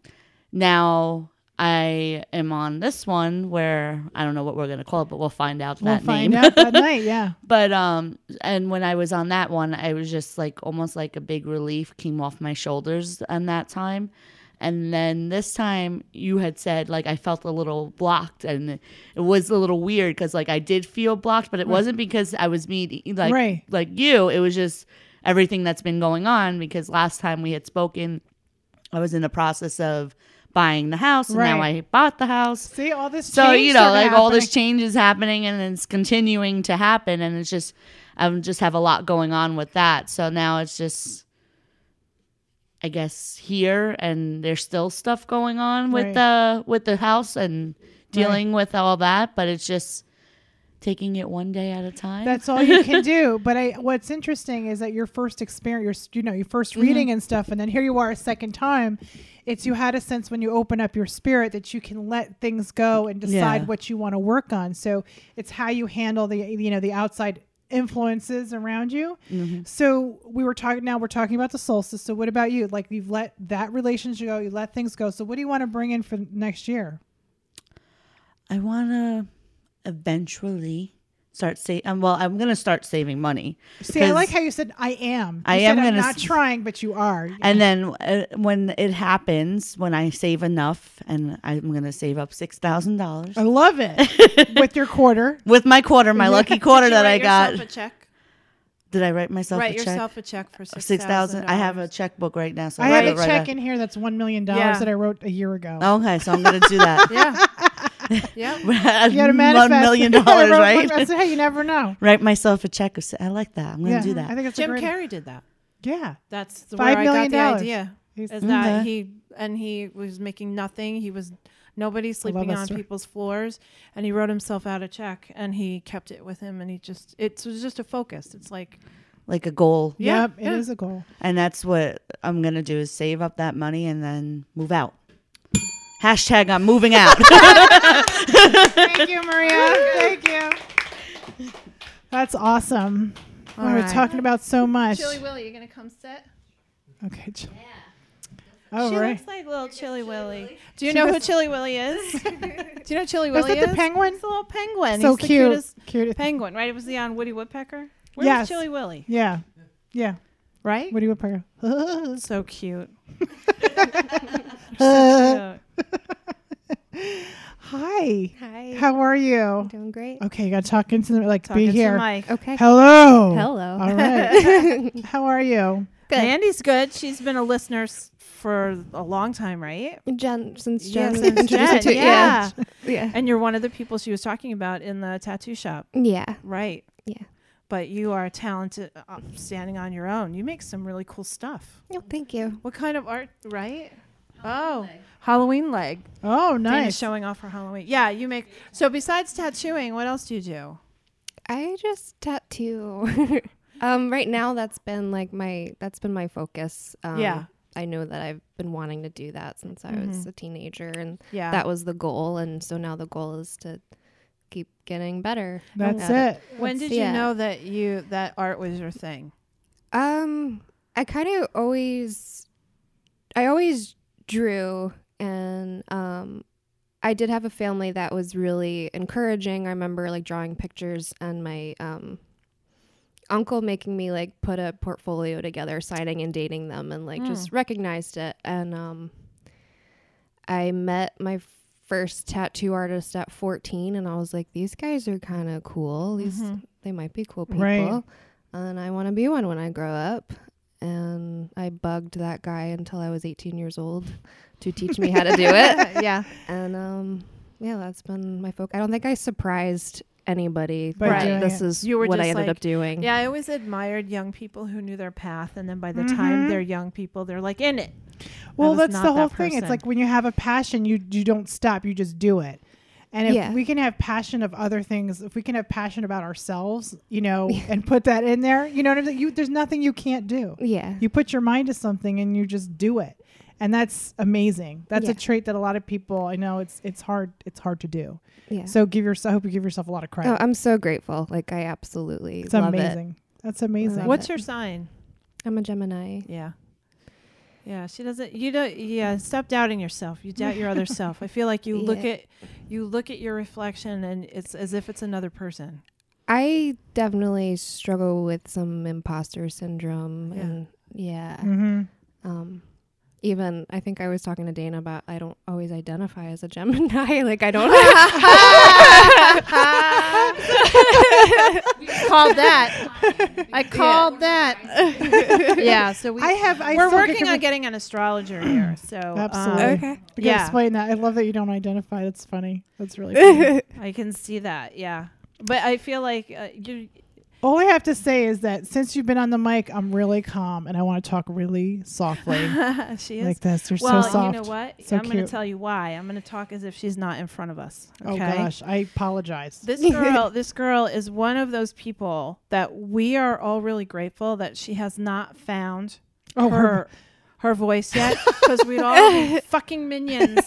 Speaker 10: now I am on this one where I don't know what we're gonna call it, but we'll find out
Speaker 2: We'll
Speaker 10: that
Speaker 2: find
Speaker 10: name.
Speaker 2: out that night. Yeah.
Speaker 10: But um, and when I was on that one, I was just like almost like a big relief came off my shoulders on that time. And then this time you had said like I felt a little blocked and it was a little weird because like I did feel blocked, but it wasn't because I was me like
Speaker 2: Right.
Speaker 10: like you. It was just everything that's been going on because last time we had spoken, I was in the process of buying the house and now
Speaker 2: Right.
Speaker 10: I bought the house
Speaker 2: See all this.
Speaker 10: so
Speaker 2: change
Speaker 10: you know like
Speaker 2: started
Speaker 10: all this
Speaker 2: happening.
Speaker 10: change is happening and it's continuing to happen and it's just i just have a lot going on with that so now it's just i guess here and there's still stuff going on with
Speaker 2: Right.
Speaker 10: the with the house and dealing with all that but it's just taking it one day at a time
Speaker 2: That's all you can do. But I, what's interesting is that your first experience, your, s- you know, your 1st
Speaker 10: Mm-hmm.
Speaker 2: reading and stuff, and then here you are a second time. It's you had a sense when you open up your spirit that you can let things go and decide
Speaker 10: Yeah.
Speaker 2: what you want to work on. So it's how you handle the, you know, the outside influences around you.
Speaker 10: Mm-hmm.
Speaker 2: So we were talking now we're talking about the solstice. So what about you? Like you've let that relationship go, you let things go. So what do you want to bring in for next year?
Speaker 10: I want to eventually start saving. Um, well, I'm going to start saving money.
Speaker 2: See, I
Speaker 10: 'cause-
Speaker 2: like how you said I am. You
Speaker 10: I
Speaker 2: said,
Speaker 10: am
Speaker 2: I'm
Speaker 10: gonna
Speaker 2: not
Speaker 10: s-
Speaker 2: trying, but you are.
Speaker 10: And then uh, when it happens, when I save enough, and I'm going to save up six thousand dollars
Speaker 2: I love it with your quarter.
Speaker 10: with my quarter, my lucky quarter
Speaker 1: Did you
Speaker 10: that I
Speaker 1: write
Speaker 10: got.
Speaker 1: yourself a check.
Speaker 10: Did I write myself
Speaker 1: Write
Speaker 10: a check?
Speaker 1: yourself a check for
Speaker 2: Oh,
Speaker 10: six thousand. I have a checkbook right Oh, now, so
Speaker 2: I
Speaker 10: I'll
Speaker 2: have a
Speaker 10: write
Speaker 2: check in here that's one million dollars
Speaker 1: Yeah.
Speaker 2: that I wrote a year ago.
Speaker 10: Okay, so I'm going to do that.
Speaker 1: Yeah. yeah.
Speaker 2: You had a manifest.
Speaker 10: One million
Speaker 2: I wrote
Speaker 10: dollars,
Speaker 2: one-
Speaker 10: right?
Speaker 2: I said, hey, you never know.
Speaker 10: Write myself a check. I like that. I'm going to
Speaker 2: yeah,
Speaker 10: do
Speaker 2: I
Speaker 10: that.
Speaker 2: think it's a
Speaker 1: Jim
Speaker 2: great-
Speaker 1: Carrey did that.
Speaker 2: Yeah,
Speaker 1: That's the
Speaker 2: Five
Speaker 1: where
Speaker 2: million
Speaker 1: I got
Speaker 2: dollars. Mm-hmm.
Speaker 1: the idea.
Speaker 2: He's-
Speaker 1: Is that
Speaker 10: Okay.
Speaker 1: he and he was making nothing. He was nobody sleeping
Speaker 2: that
Speaker 1: on
Speaker 2: story.
Speaker 1: people's floors, and he wrote himself out a check and he kept it with him, and he just it was just a focus. It's like
Speaker 10: Like a goal,
Speaker 1: yeah,
Speaker 2: yep,
Speaker 1: yeah.
Speaker 2: it is a goal.
Speaker 10: and that's what I'm going to do is save up that money and then move out. Hashtag I'm moving out.
Speaker 2: Thank you, Maria. Thank you. That's awesome. we were
Speaker 1: right.
Speaker 2: talking about so much.
Speaker 1: Chili Willy. You gonna come sit?
Speaker 2: Okay. Ch- All
Speaker 1: she
Speaker 2: Oh, right.
Speaker 1: looks like little Chili Willy. Do you know who Chilly Willy is? Do you know who Chilly
Speaker 2: Was
Speaker 1: Willy
Speaker 2: that
Speaker 1: is?
Speaker 2: the penguin?
Speaker 1: It's a little penguin.
Speaker 2: So
Speaker 1: He's
Speaker 2: cute.
Speaker 1: The cutest
Speaker 2: Cute.
Speaker 1: penguin, right? It was the on Woody Woodpecker. Where's
Speaker 2: Yes.
Speaker 1: Chilly Willy?
Speaker 2: Yeah. Yeah.
Speaker 1: Right?
Speaker 2: What do you prepare?
Speaker 1: So cute.
Speaker 2: Hi.
Speaker 11: Hi.
Speaker 2: How are you?
Speaker 11: Doing great.
Speaker 2: Okay, you gotta talk into the like
Speaker 1: Talking
Speaker 2: be
Speaker 1: to
Speaker 2: here. Oh,
Speaker 1: Mike.
Speaker 11: Okay.
Speaker 2: Hello.
Speaker 11: Hello.
Speaker 2: All right. How are you?
Speaker 11: Good.
Speaker 1: Mandy's good. She's been a listener s- for a long time, right?
Speaker 11: Jen, since
Speaker 1: Yeah,
Speaker 11: Jen
Speaker 1: since
Speaker 11: introduced
Speaker 1: Jen,
Speaker 11: it to
Speaker 1: yeah.
Speaker 11: yeah.
Speaker 1: And you're one of the people she was talking about in the tattoo shop,
Speaker 11: Yeah.
Speaker 1: right?
Speaker 11: Yeah.
Speaker 1: But you are talented, uh, standing on your own. You make some really cool stuff.
Speaker 11: Oh, thank you.
Speaker 1: What kind of art, right? oh, Halloween leg.
Speaker 2: Oh,
Speaker 1: Dana's
Speaker 2: nice.
Speaker 1: showing off her Halloween. Yeah, you make. So besides tattooing, what else do you do?
Speaker 11: I just tattoo. um, right now that's been like my that's been my focus. Um,
Speaker 1: Yeah. Mm-hmm.
Speaker 11: I know that I've been wanting to do that since I was a teenager, and
Speaker 1: Yeah.
Speaker 11: that was the goal. And so now the goal is to keep getting better.
Speaker 2: That's
Speaker 11: at
Speaker 2: it.
Speaker 1: when
Speaker 11: That's-
Speaker 1: did you
Speaker 11: yeah.
Speaker 1: know that you that art was your thing?
Speaker 11: Um, I kind of always, I always drew, and um, I did have a family that was really encouraging. I remember like drawing pictures, and my um, uncle making me like put a portfolio together, signing and dating them, and like just recognized it. And um, I met my first tattoo artist at 14 and I was like these guys are kind of cool. These
Speaker 1: Mhm.
Speaker 11: they might be cool people.
Speaker 1: Right.
Speaker 11: And I want to be one when I grow up. And I bugged that guy until I was 18 years old to teach me how to do it.
Speaker 1: Yeah.
Speaker 11: And um yeah, that's been my focus. I don't think I surprised anybody.
Speaker 1: By
Speaker 11: that
Speaker 1: doing
Speaker 11: This
Speaker 1: it.
Speaker 11: is
Speaker 1: You were
Speaker 11: what I
Speaker 1: just
Speaker 11: ended
Speaker 1: like-
Speaker 11: up doing.
Speaker 1: Yeah, I always admired young people who knew their path, and then by the time
Speaker 2: Mhm.
Speaker 1: they're young people, they're like in it. I
Speaker 2: Well,
Speaker 1: was
Speaker 2: that's
Speaker 1: not
Speaker 2: the whole
Speaker 1: that
Speaker 2: thing. It's
Speaker 1: person.
Speaker 2: like when you have a passion, you you don't stop. You just do it. And if
Speaker 11: Yeah.
Speaker 2: we can have passion of other things, if we can have passion about ourselves, you know, and put that in there, you know what I'm saying? You, there's nothing you can't do.
Speaker 11: Yeah.
Speaker 2: You put your mind to something and you just do it. And that's amazing. That's
Speaker 11: Yeah.
Speaker 2: a trait that a lot of people, I know it's it's hard it's hard to do.
Speaker 11: Yeah.
Speaker 2: So give yourself I hope you give yourself a lot of credit.
Speaker 11: Oh, I'm so grateful. Like I absolutely
Speaker 2: it's
Speaker 11: love
Speaker 2: amazing.
Speaker 11: it.
Speaker 2: That's amazing.
Speaker 11: love
Speaker 1: What's
Speaker 11: it.
Speaker 1: your sign?
Speaker 11: I'm a Gemini.
Speaker 1: Yeah. Yeah, she doesn't. You don't. Yeah, stop doubting yourself. You doubt your other self. I feel like you look
Speaker 11: Yeah.
Speaker 1: at, you look at your reflection, and it's as if it's another person.
Speaker 11: I definitely struggle with some imposter syndrome and yeah.
Speaker 2: Mhm.
Speaker 11: Um even I think I was talking to Dana about I don't always identify as a Gemini. Like I don't
Speaker 1: called that. I called that. yeah. So we.
Speaker 2: I have- I
Speaker 1: we're
Speaker 2: still get
Speaker 1: working on
Speaker 2: conf-
Speaker 1: getting an astrologer here. So um,
Speaker 2: Absolutely. You gotta
Speaker 1: Yeah.
Speaker 2: explain that. I love that you don't identify. That's funny. That's really funny.
Speaker 1: I can see that. Yeah. But I feel like uh, you.
Speaker 2: All I have to say is that since you've been on the mic, I'm really calm and I want to talk really softly.
Speaker 1: she is
Speaker 2: Like this. You're so
Speaker 1: well, you
Speaker 2: soft.
Speaker 1: know what?
Speaker 2: So
Speaker 1: I'm going
Speaker 2: cute.
Speaker 1: to tell you why. I'm going to talk as if she's not in front of us. Okay?
Speaker 2: Oh gosh, I apologize.
Speaker 1: This girl, this girl is one of those people that we are all really grateful that she has not found
Speaker 2: Oh, her-
Speaker 1: her her voice yet because we'd all be fucking minions.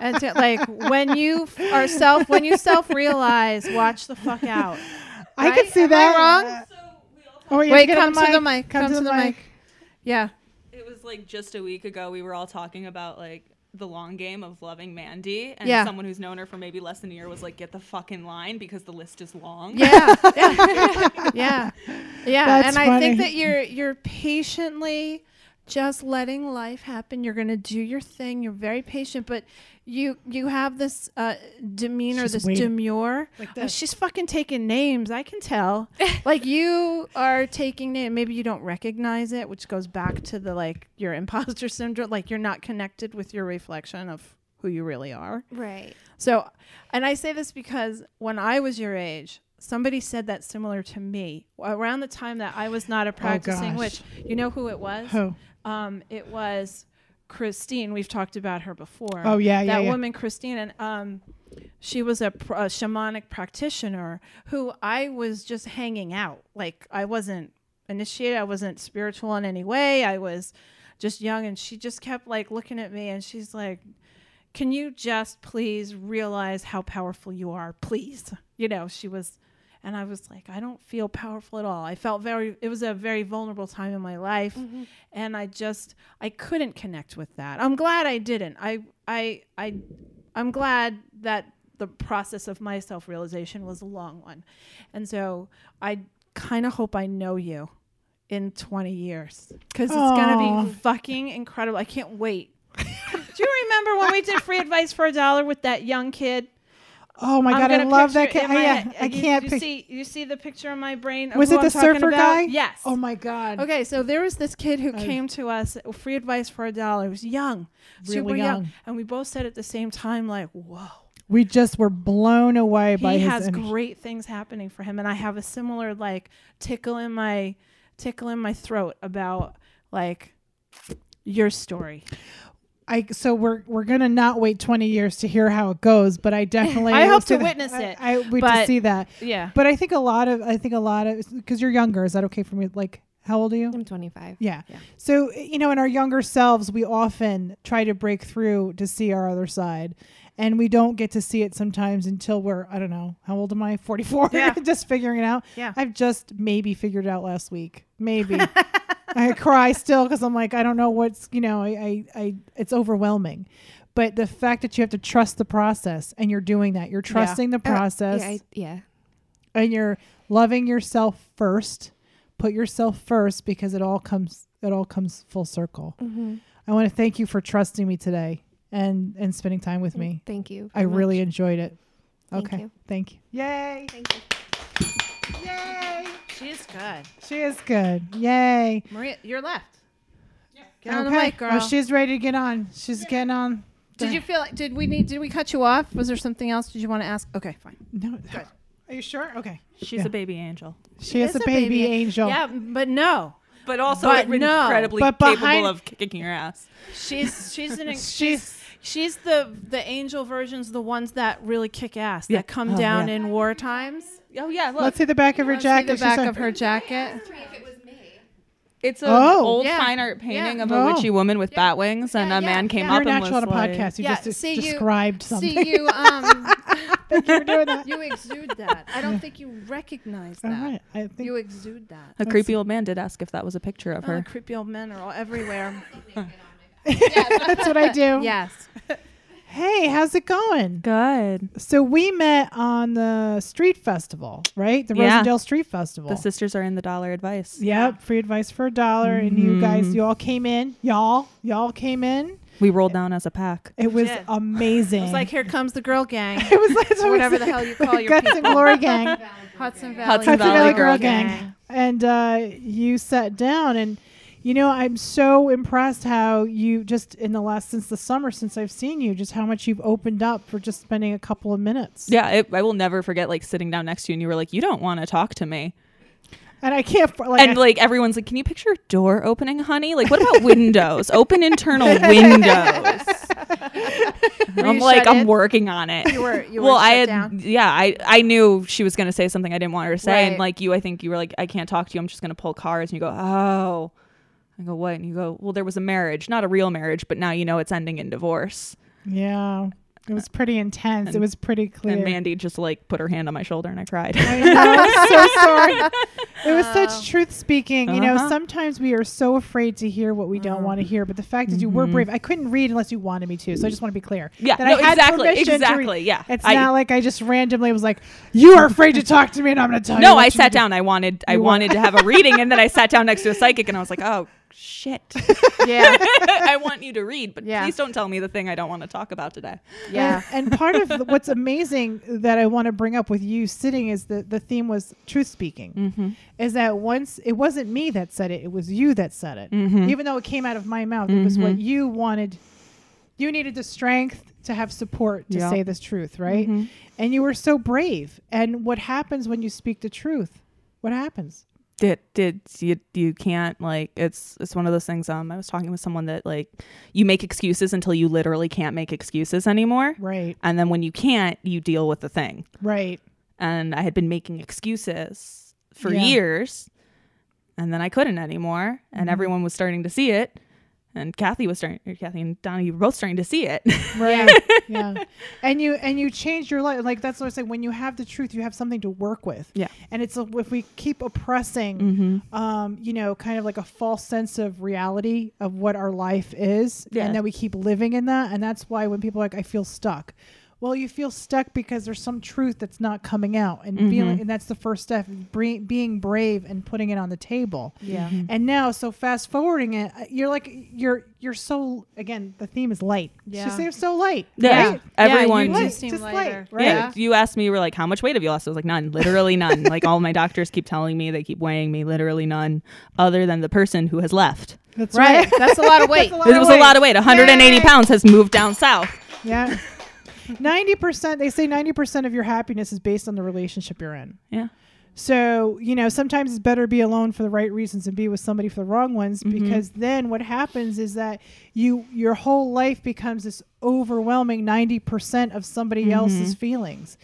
Speaker 1: and to, like when you f- are self when you self realize, watch the fuck out.
Speaker 2: I can
Speaker 1: Right?
Speaker 2: see
Speaker 1: Am I
Speaker 2: that.
Speaker 1: wrong?
Speaker 2: Oh, you have
Speaker 1: Wait,
Speaker 2: get on
Speaker 1: come to the mic. Come to the mic. Yeah.
Speaker 7: It was like just a week ago. We were all talking about like the long game of loving Mandy, and
Speaker 1: Yeah.
Speaker 7: someone who's known her for maybe less than a year was like, "Get the fuck in line because the list is long."
Speaker 1: Yeah. yeah. yeah. Yeah.
Speaker 7: That's
Speaker 1: and I think
Speaker 7: funny.
Speaker 1: that you're you're patiently just letting life happen. You're going to do your thing. You're very patient, but you you have this uh, demeanor,
Speaker 2: She's
Speaker 1: this
Speaker 2: waiting.
Speaker 1: demure.
Speaker 2: Like
Speaker 1: Uh,
Speaker 2: this.
Speaker 1: she's fucking taking names. I can tell. like you are taking name. Maybe you don't recognize it, which goes back to the like your imposter syndrome. Like you're not connected with your reflection of who you really are.
Speaker 11: Right.
Speaker 1: So, and I say this because when I was your age, somebody said that similar to me around the time that I was not a practicing
Speaker 2: Oh, gosh.
Speaker 1: witch. You know who it was?
Speaker 2: Who?
Speaker 1: Um, it was Christine. We've talked about her before.
Speaker 2: Oh, yeah, yeah,
Speaker 1: that
Speaker 2: yeah.
Speaker 1: woman Christine, and um, she was a, pr- a shamanic practitioner who I was just hanging out. Like I wasn't initiated. I wasn't spiritual in any way. I was just young, and she just kept like looking at me, and she's like, "Can you just please realize how powerful you are, please?" You know, she was. And I was like, I don't feel powerful at all. I felt very, it was a very vulnerable time in my life. And I just, I couldn't connect with that. I'm glad I didn't. I, I, I, I'm glad that the process of my self realization was a long one. And so I kind of hope I know you in 20 years because it's going
Speaker 2: Aw.
Speaker 1: to be fucking incredible. I can't wait. Do you remember when we did free advice for a dollar with that young kid?
Speaker 2: Oh my
Speaker 1: I'm
Speaker 2: god, I
Speaker 1: gonna
Speaker 2: love that.
Speaker 1: picture it
Speaker 2: Ca-
Speaker 1: in my
Speaker 2: yeah,
Speaker 1: head.
Speaker 2: I
Speaker 1: You-
Speaker 2: can't.
Speaker 1: You
Speaker 2: pic-
Speaker 1: see, you see the picture in my brain. of
Speaker 2: was
Speaker 1: who
Speaker 2: it the
Speaker 1: I'm talking
Speaker 2: surfer
Speaker 1: about?
Speaker 2: guy?
Speaker 1: Yes.
Speaker 2: Oh my Oh. god.
Speaker 1: Okay, so there was this kid who
Speaker 2: I-
Speaker 1: came to us, free advice for a dollar. He was young,
Speaker 2: Really
Speaker 1: super young.
Speaker 2: young.
Speaker 1: And we both said at the same time, like, whoa.
Speaker 2: We just were blown away by
Speaker 1: he
Speaker 2: his.
Speaker 1: has
Speaker 2: energy.
Speaker 1: great things happening for him and i have a similar like tickle in my tickle in my throat about like your story
Speaker 2: I so we're we're gonna not wait 20 years to hear how it goes, but I definitely
Speaker 1: I hope
Speaker 2: see
Speaker 1: to
Speaker 2: that-
Speaker 1: witness it,
Speaker 2: I, I wait to
Speaker 1: but-
Speaker 2: see that.
Speaker 1: yeah.
Speaker 2: but I think a lot of I think a lot of because you're younger. Is that okay for me? Like, how old are you?
Speaker 11: I'm 25.
Speaker 2: Yeah. So you know, in our younger selves, we often try to break through to see our other side, and we don't get to see it sometimes until we're I don't know how old am I? 44.
Speaker 1: Yeah.
Speaker 2: just figuring it out.
Speaker 1: Yeah.
Speaker 2: I've just maybe figured it out last week. Maybe. I cry still because I'm like I don't know what's you know I, I I it's overwhelming, but the fact that you have to trust the process and you're doing that you're trusting the
Speaker 11: Uh, yeah,
Speaker 2: process
Speaker 11: I- yeah.
Speaker 2: and you're loving yourself first put yourself first because it all comes it all comes full circle
Speaker 11: Mhm.
Speaker 2: i want to thank you for trusting me today and and spending time with me.
Speaker 11: Thank you.
Speaker 2: I
Speaker 11: very
Speaker 2: really
Speaker 11: much.
Speaker 2: enjoyed it.
Speaker 11: Thank
Speaker 2: okay.
Speaker 11: you.
Speaker 2: Thank you. Yay.
Speaker 11: Thank you.
Speaker 1: Yay.
Speaker 12: She is good.
Speaker 2: She is good. Yay.
Speaker 12: Maria, you're left.
Speaker 1: Get on the mic, girl.
Speaker 2: Oh, she's ready to get on. She's getting on.
Speaker 1: Did you feel like did we need did we cut you off? Was there something else did you want to ask? Okay, fine.
Speaker 2: No. Are you sure? Okay.
Speaker 7: She's
Speaker 2: Yeah.
Speaker 7: a baby angel.
Speaker 2: She is a baby angel.
Speaker 1: Yeah, but no.
Speaker 7: But also
Speaker 1: But no.
Speaker 7: incredibly
Speaker 1: But behind-
Speaker 7: capable of kicking your ass.
Speaker 1: She's she's an she's she's the the angel versions the ones that really kick ass
Speaker 7: Yeah.
Speaker 1: that come
Speaker 7: Oh,
Speaker 1: down
Speaker 7: yeah.
Speaker 1: in war times.
Speaker 7: Oh yeah, look.
Speaker 2: Let's see the back of her
Speaker 1: See the
Speaker 2: jacket. She's
Speaker 1: back
Speaker 2: like-
Speaker 1: of her jacket.
Speaker 7: It's an
Speaker 2: Oh.
Speaker 7: old
Speaker 1: Yeah.
Speaker 7: fine art painting
Speaker 1: Yeah.
Speaker 7: of
Speaker 2: Oh.
Speaker 7: a witchy woman with bat wings, and a man came
Speaker 2: You're
Speaker 7: up
Speaker 2: an
Speaker 7: and was
Speaker 2: actual on a
Speaker 7: like,
Speaker 2: podcast. You just
Speaker 1: see,
Speaker 2: described something.
Speaker 1: See you. Um,
Speaker 2: Thank you for doing that.
Speaker 1: You exude that. I don't think you recognize that.
Speaker 2: right. I think
Speaker 1: you exude that.
Speaker 7: A creepy old man did ask if that was a picture of
Speaker 1: Oh,
Speaker 7: her.
Speaker 1: creepy old men are all everywhere.
Speaker 2: That's what I do.
Speaker 1: Yes.
Speaker 2: Hey, how's it going?
Speaker 7: Good.
Speaker 2: So we met on the street festival, right? The
Speaker 7: Yeah.
Speaker 2: Rosendale Street Festival.
Speaker 7: The sisters are in the dollar advice.
Speaker 2: Yep, free advice for a dollar. And you guys,
Speaker 7: Mhm.
Speaker 2: you all came in. Y'all, y'all came in.
Speaker 7: We rolled down as a pack.
Speaker 2: It was
Speaker 1: did.
Speaker 2: amazing.
Speaker 1: It was like here comes the girl gang.
Speaker 2: It was like
Speaker 1: or whatever the hell you call your
Speaker 2: Guts
Speaker 1: people.
Speaker 2: and Glory Gang.
Speaker 1: Hudson Valley.
Speaker 2: Hudson Valley Girl Gang. And uh, you sat down, and you know I'm so impressed how you just in the last since the summer since I've seen you, just how much you've opened up for just spending a couple of minutes.
Speaker 7: Yeah, it, I will never forget like sitting down next to you and you were like, you don't want to talk to me.
Speaker 2: And I can't like,
Speaker 7: and
Speaker 2: I-
Speaker 7: like everyone's like, can you picture a door opening, honey? Like, what about windows? Open internal windows.
Speaker 1: Were
Speaker 7: I'm
Speaker 1: you
Speaker 7: like,
Speaker 1: shut
Speaker 7: I'm
Speaker 1: in?
Speaker 7: working on it.
Speaker 1: You were- you
Speaker 7: well,
Speaker 1: were
Speaker 7: I
Speaker 1: shut
Speaker 7: had,
Speaker 1: down?
Speaker 7: yeah, I, I knew she was going to say something I didn't want her to say. And
Speaker 1: Right.
Speaker 7: like you, I think you were like, I can't talk to you. I'm just going to pull cards. And you go, oh. I go, what? And you go, well, there was a marriage, not a real marriage, but now you know it's ending in divorce.
Speaker 2: yeah, it was pretty intense. it
Speaker 7: And-
Speaker 2: was pretty clear.
Speaker 7: And Mandy just like put her hand on my shoulder and I cried.
Speaker 2: I'm so sorry. It was such truth speaking. You know,
Speaker 7: Oh. Uh-huh. Mm.
Speaker 2: sometimes we are so afraid to hear what we don't want to hear. But the fact is, you were
Speaker 7: Mhm.
Speaker 2: brave. I couldn't read unless you wanted me to. So I just want to be clear.
Speaker 7: Yeah,
Speaker 2: that
Speaker 7: no,
Speaker 2: I had
Speaker 7: exactly,
Speaker 2: permission to read.
Speaker 7: exactly, yeah.
Speaker 2: it's
Speaker 7: I-
Speaker 2: not like I just randomly was like, "You are afraid to talk to me, and I'm going to tell you."
Speaker 7: no,
Speaker 2: what
Speaker 7: I
Speaker 2: you
Speaker 7: sat
Speaker 2: do."
Speaker 7: down. I wanted I
Speaker 2: You wa-
Speaker 7: wanted to have a reading, and then I sat down next to a psychic, and I was like, oh shit.
Speaker 1: Yeah.
Speaker 7: I want you to read, but
Speaker 1: Yeah.
Speaker 7: please don't tell me the thing I don't want to talk about today.
Speaker 1: Yeah.
Speaker 2: And, and part of the- what's amazing that I want to bring up with you sitting is that the theme was truth speaking.
Speaker 7: Mhm.
Speaker 2: Is that once it wasn't me that said it, it was you that said it.
Speaker 7: Mhm.
Speaker 2: Even though it came out of my mouth, it was
Speaker 7: Mm-hmm.
Speaker 2: what you wanted. You needed the strength to have support to
Speaker 7: Yeah.
Speaker 2: say this truth, right?
Speaker 7: Mhm.
Speaker 2: And you were so brave. And what happens when you speak the truth? What happens?
Speaker 7: Did did you you can't like it's it's one of those things. Um, I was talking with someone that like you make excuses until you literally can't make excuses anymore,
Speaker 2: Right,
Speaker 7: and then when you can't, you deal with the thing.
Speaker 2: right.
Speaker 7: And I had been making excuses for
Speaker 2: Yeah.
Speaker 7: years, and then I couldn't anymore, and
Speaker 2: Mhm.
Speaker 7: everyone was starting to see it. And Kathy was starting, or Kathy and Donnie were both starting to see it.
Speaker 2: Right. yeah. And you and you change your life. Like that's what I say. When you have the truth, you have something to work with.
Speaker 7: Yeah. Mm-hmm.
Speaker 2: And it's a, if we keep oppressing, um, you know, kind of like a false sense of reality of what our life is,
Speaker 7: Yeah.
Speaker 2: and then we keep living in that. And that's why when people are like, I feel stuck. Well, you feel stuck because there's some truth that's not coming out, and feeling,
Speaker 7: Mhm.
Speaker 2: and that's the first step: bre- being brave and putting it on the table.
Speaker 7: Yeah.
Speaker 1: Mm-hmm.
Speaker 7: Mhm.
Speaker 2: And now, so fast forwarding it, uh, you're like, you're you're so again. The theme is light.
Speaker 1: Yeah.
Speaker 2: She seems so light.
Speaker 7: Yeah.
Speaker 2: Right?
Speaker 7: Everyone.
Speaker 2: Light,
Speaker 1: seem
Speaker 2: just
Speaker 1: lighter.
Speaker 2: light, right?
Speaker 7: Yeah. You asked me, you were like, how much weight have you lost? I was like, none, literally none. like, all my doctors keep telling me, they keep weighing me, literally none, other than the person who has left.
Speaker 2: That's
Speaker 1: Right. That's a lot of weight.
Speaker 7: It was a lot of weight. 180 pounds has moved down south.
Speaker 2: Yeah. Ninety percent. They say ninety percent of your happiness is based on the relationship you're in.
Speaker 7: Yeah.
Speaker 2: So you know sometimes it's better to be alone for the right reasons and be with somebody for the wrong ones because then what happens is that you your whole life becomes this overwhelming ninety percent of somebody else's feelings,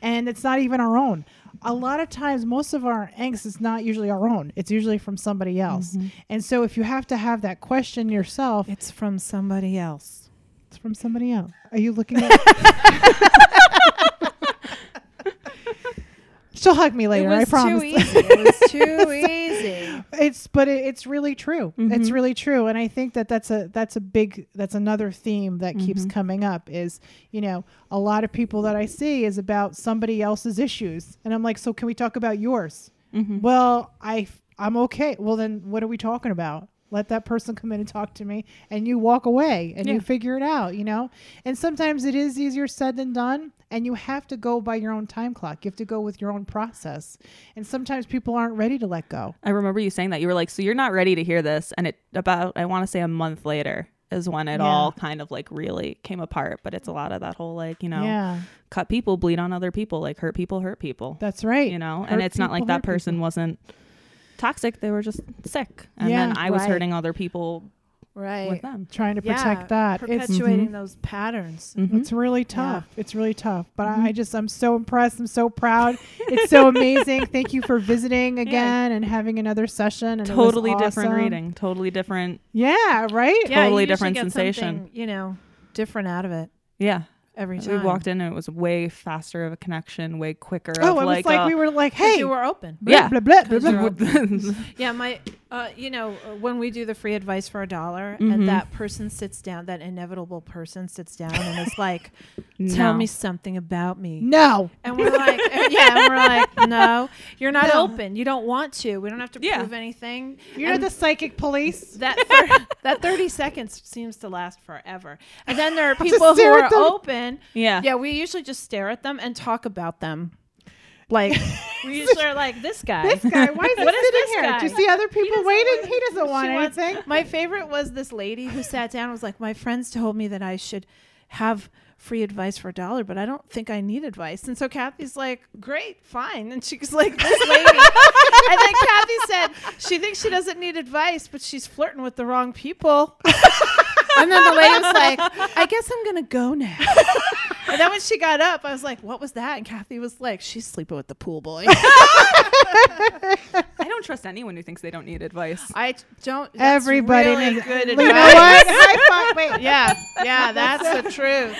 Speaker 2: and it's not even our own. A lot of times, most of our angst is not usually our own. It's usually from somebody else. And so, if you have to have that question yourself,
Speaker 1: It's from somebody else.
Speaker 2: it's from somebody else. Are you looking at? She'll hug me later. I promise.
Speaker 1: It was too easy. Mm-hmm.
Speaker 2: it's but it, it's really true. It's really true, and I think that that's a that's a big that's another theme that keeps
Speaker 1: Mm-hmm.
Speaker 2: coming up is you know a lot of people that I see is about somebody else's issues, and I'm like,
Speaker 7: Mm-hmm.
Speaker 2: so can we talk about yours? Well, I I'm okay. Well, then what are we talking about? let that person come in and talk to me and you walk away and you
Speaker 7: Yeah.
Speaker 2: figure it out you know and sometimes it is easier said than done and you have to go by your own time clock you have to go with your own process and sometimes people aren't ready to let go
Speaker 7: I remember you saying that. You were like, so you're not ready to hear this. And it about, I want to say a month later is when it
Speaker 2: Yeah.
Speaker 7: all kind of like really came apart. But it's a lot of that whole like, you know,
Speaker 2: Yeah.
Speaker 7: cut people, bleed on other people, like hurt people, hurt people.
Speaker 2: That's right.
Speaker 7: You know,
Speaker 2: Hurt
Speaker 7: and it's not
Speaker 2: people,
Speaker 7: like that
Speaker 2: hurt
Speaker 7: person wasn't toxic. They were just sick. And
Speaker 2: Yeah.
Speaker 7: then I was
Speaker 2: Right.
Speaker 7: hurting other people.
Speaker 1: right
Speaker 7: with them.
Speaker 2: trying to
Speaker 1: Yeah,
Speaker 2: protect that It's-
Speaker 1: perpetuating
Speaker 7: Mm-hmm.
Speaker 1: those patterns
Speaker 2: It's really tough. It's really tough. But I, I just, I'm so impressed. I'm so proud. It's so amazing. Thank you for visiting again and having another session. And it was
Speaker 7: Totally different
Speaker 2: awesome.
Speaker 7: reading. Totally different.
Speaker 2: Yeah, right?
Speaker 1: Yeah, you
Speaker 7: totally
Speaker 1: usually
Speaker 7: different
Speaker 1: get
Speaker 7: sensation.
Speaker 1: something, you know different out of it
Speaker 7: Yeah.
Speaker 1: every
Speaker 7: We
Speaker 1: time
Speaker 7: walked in and it was way faster of a connection, way quicker.
Speaker 2: Oh, it
Speaker 7: of
Speaker 2: was
Speaker 7: like, uh,
Speaker 2: like
Speaker 7: a-
Speaker 2: we were like,
Speaker 1: 'Cause
Speaker 2: hey,
Speaker 1: you were open.
Speaker 2: blah,
Speaker 7: Yeah.
Speaker 2: blah, blah, blah,
Speaker 7: 'Cause you're
Speaker 2: blah.
Speaker 7: open.
Speaker 1: yeah my uh, you know uh, when we do the free advice for a dollar
Speaker 7: Mhm.
Speaker 1: and that person sits down that inevitable person sits down and is like tell
Speaker 7: No.
Speaker 1: me something about me
Speaker 2: No.
Speaker 1: and we're like and- yeah and we're like no you're not
Speaker 2: No.
Speaker 1: open you don't want to we don't have to prove anything
Speaker 2: You're not
Speaker 1: And
Speaker 2: the psychic police.
Speaker 1: that thir- that 30 seconds seems to last forever and then there are
Speaker 2: I'll just
Speaker 1: people who
Speaker 2: stare at
Speaker 1: are
Speaker 2: them.
Speaker 1: open
Speaker 2: Yeah.
Speaker 1: yeah we usually just stare at them and talk about them like we usually are like this guy
Speaker 2: This guy, why is he
Speaker 1: What
Speaker 2: sitting
Speaker 1: this
Speaker 2: here? Do you
Speaker 1: guy?
Speaker 2: see
Speaker 1: He
Speaker 2: other people
Speaker 1: doesn't
Speaker 2: waiting? He doesn't
Speaker 1: she
Speaker 2: want
Speaker 1: wants-
Speaker 2: anything.
Speaker 1: My favorite was this lady who sat down and was like, My friends told me that I should have free advice for a dollar, but I don't think I need advice. And so Kathy's like, Great, fine. And she's like, This lady. and then Kathy said, She thinks she doesn't need advice, but she's flirting with the wrong people. and then the lady was like, I guess I'm going to go now. and then when she got up, I was like, What was that? And Kathy was like, She's sleeping with the pool boy.
Speaker 7: I don't trust anyone who thinks they don't need advice.
Speaker 1: I don't. that's
Speaker 2: Everybody
Speaker 1: really
Speaker 2: needs-
Speaker 1: good
Speaker 2: You
Speaker 1: advice.
Speaker 2: know what? High five. Wait.
Speaker 1: Yeah, yeah, that's the truth.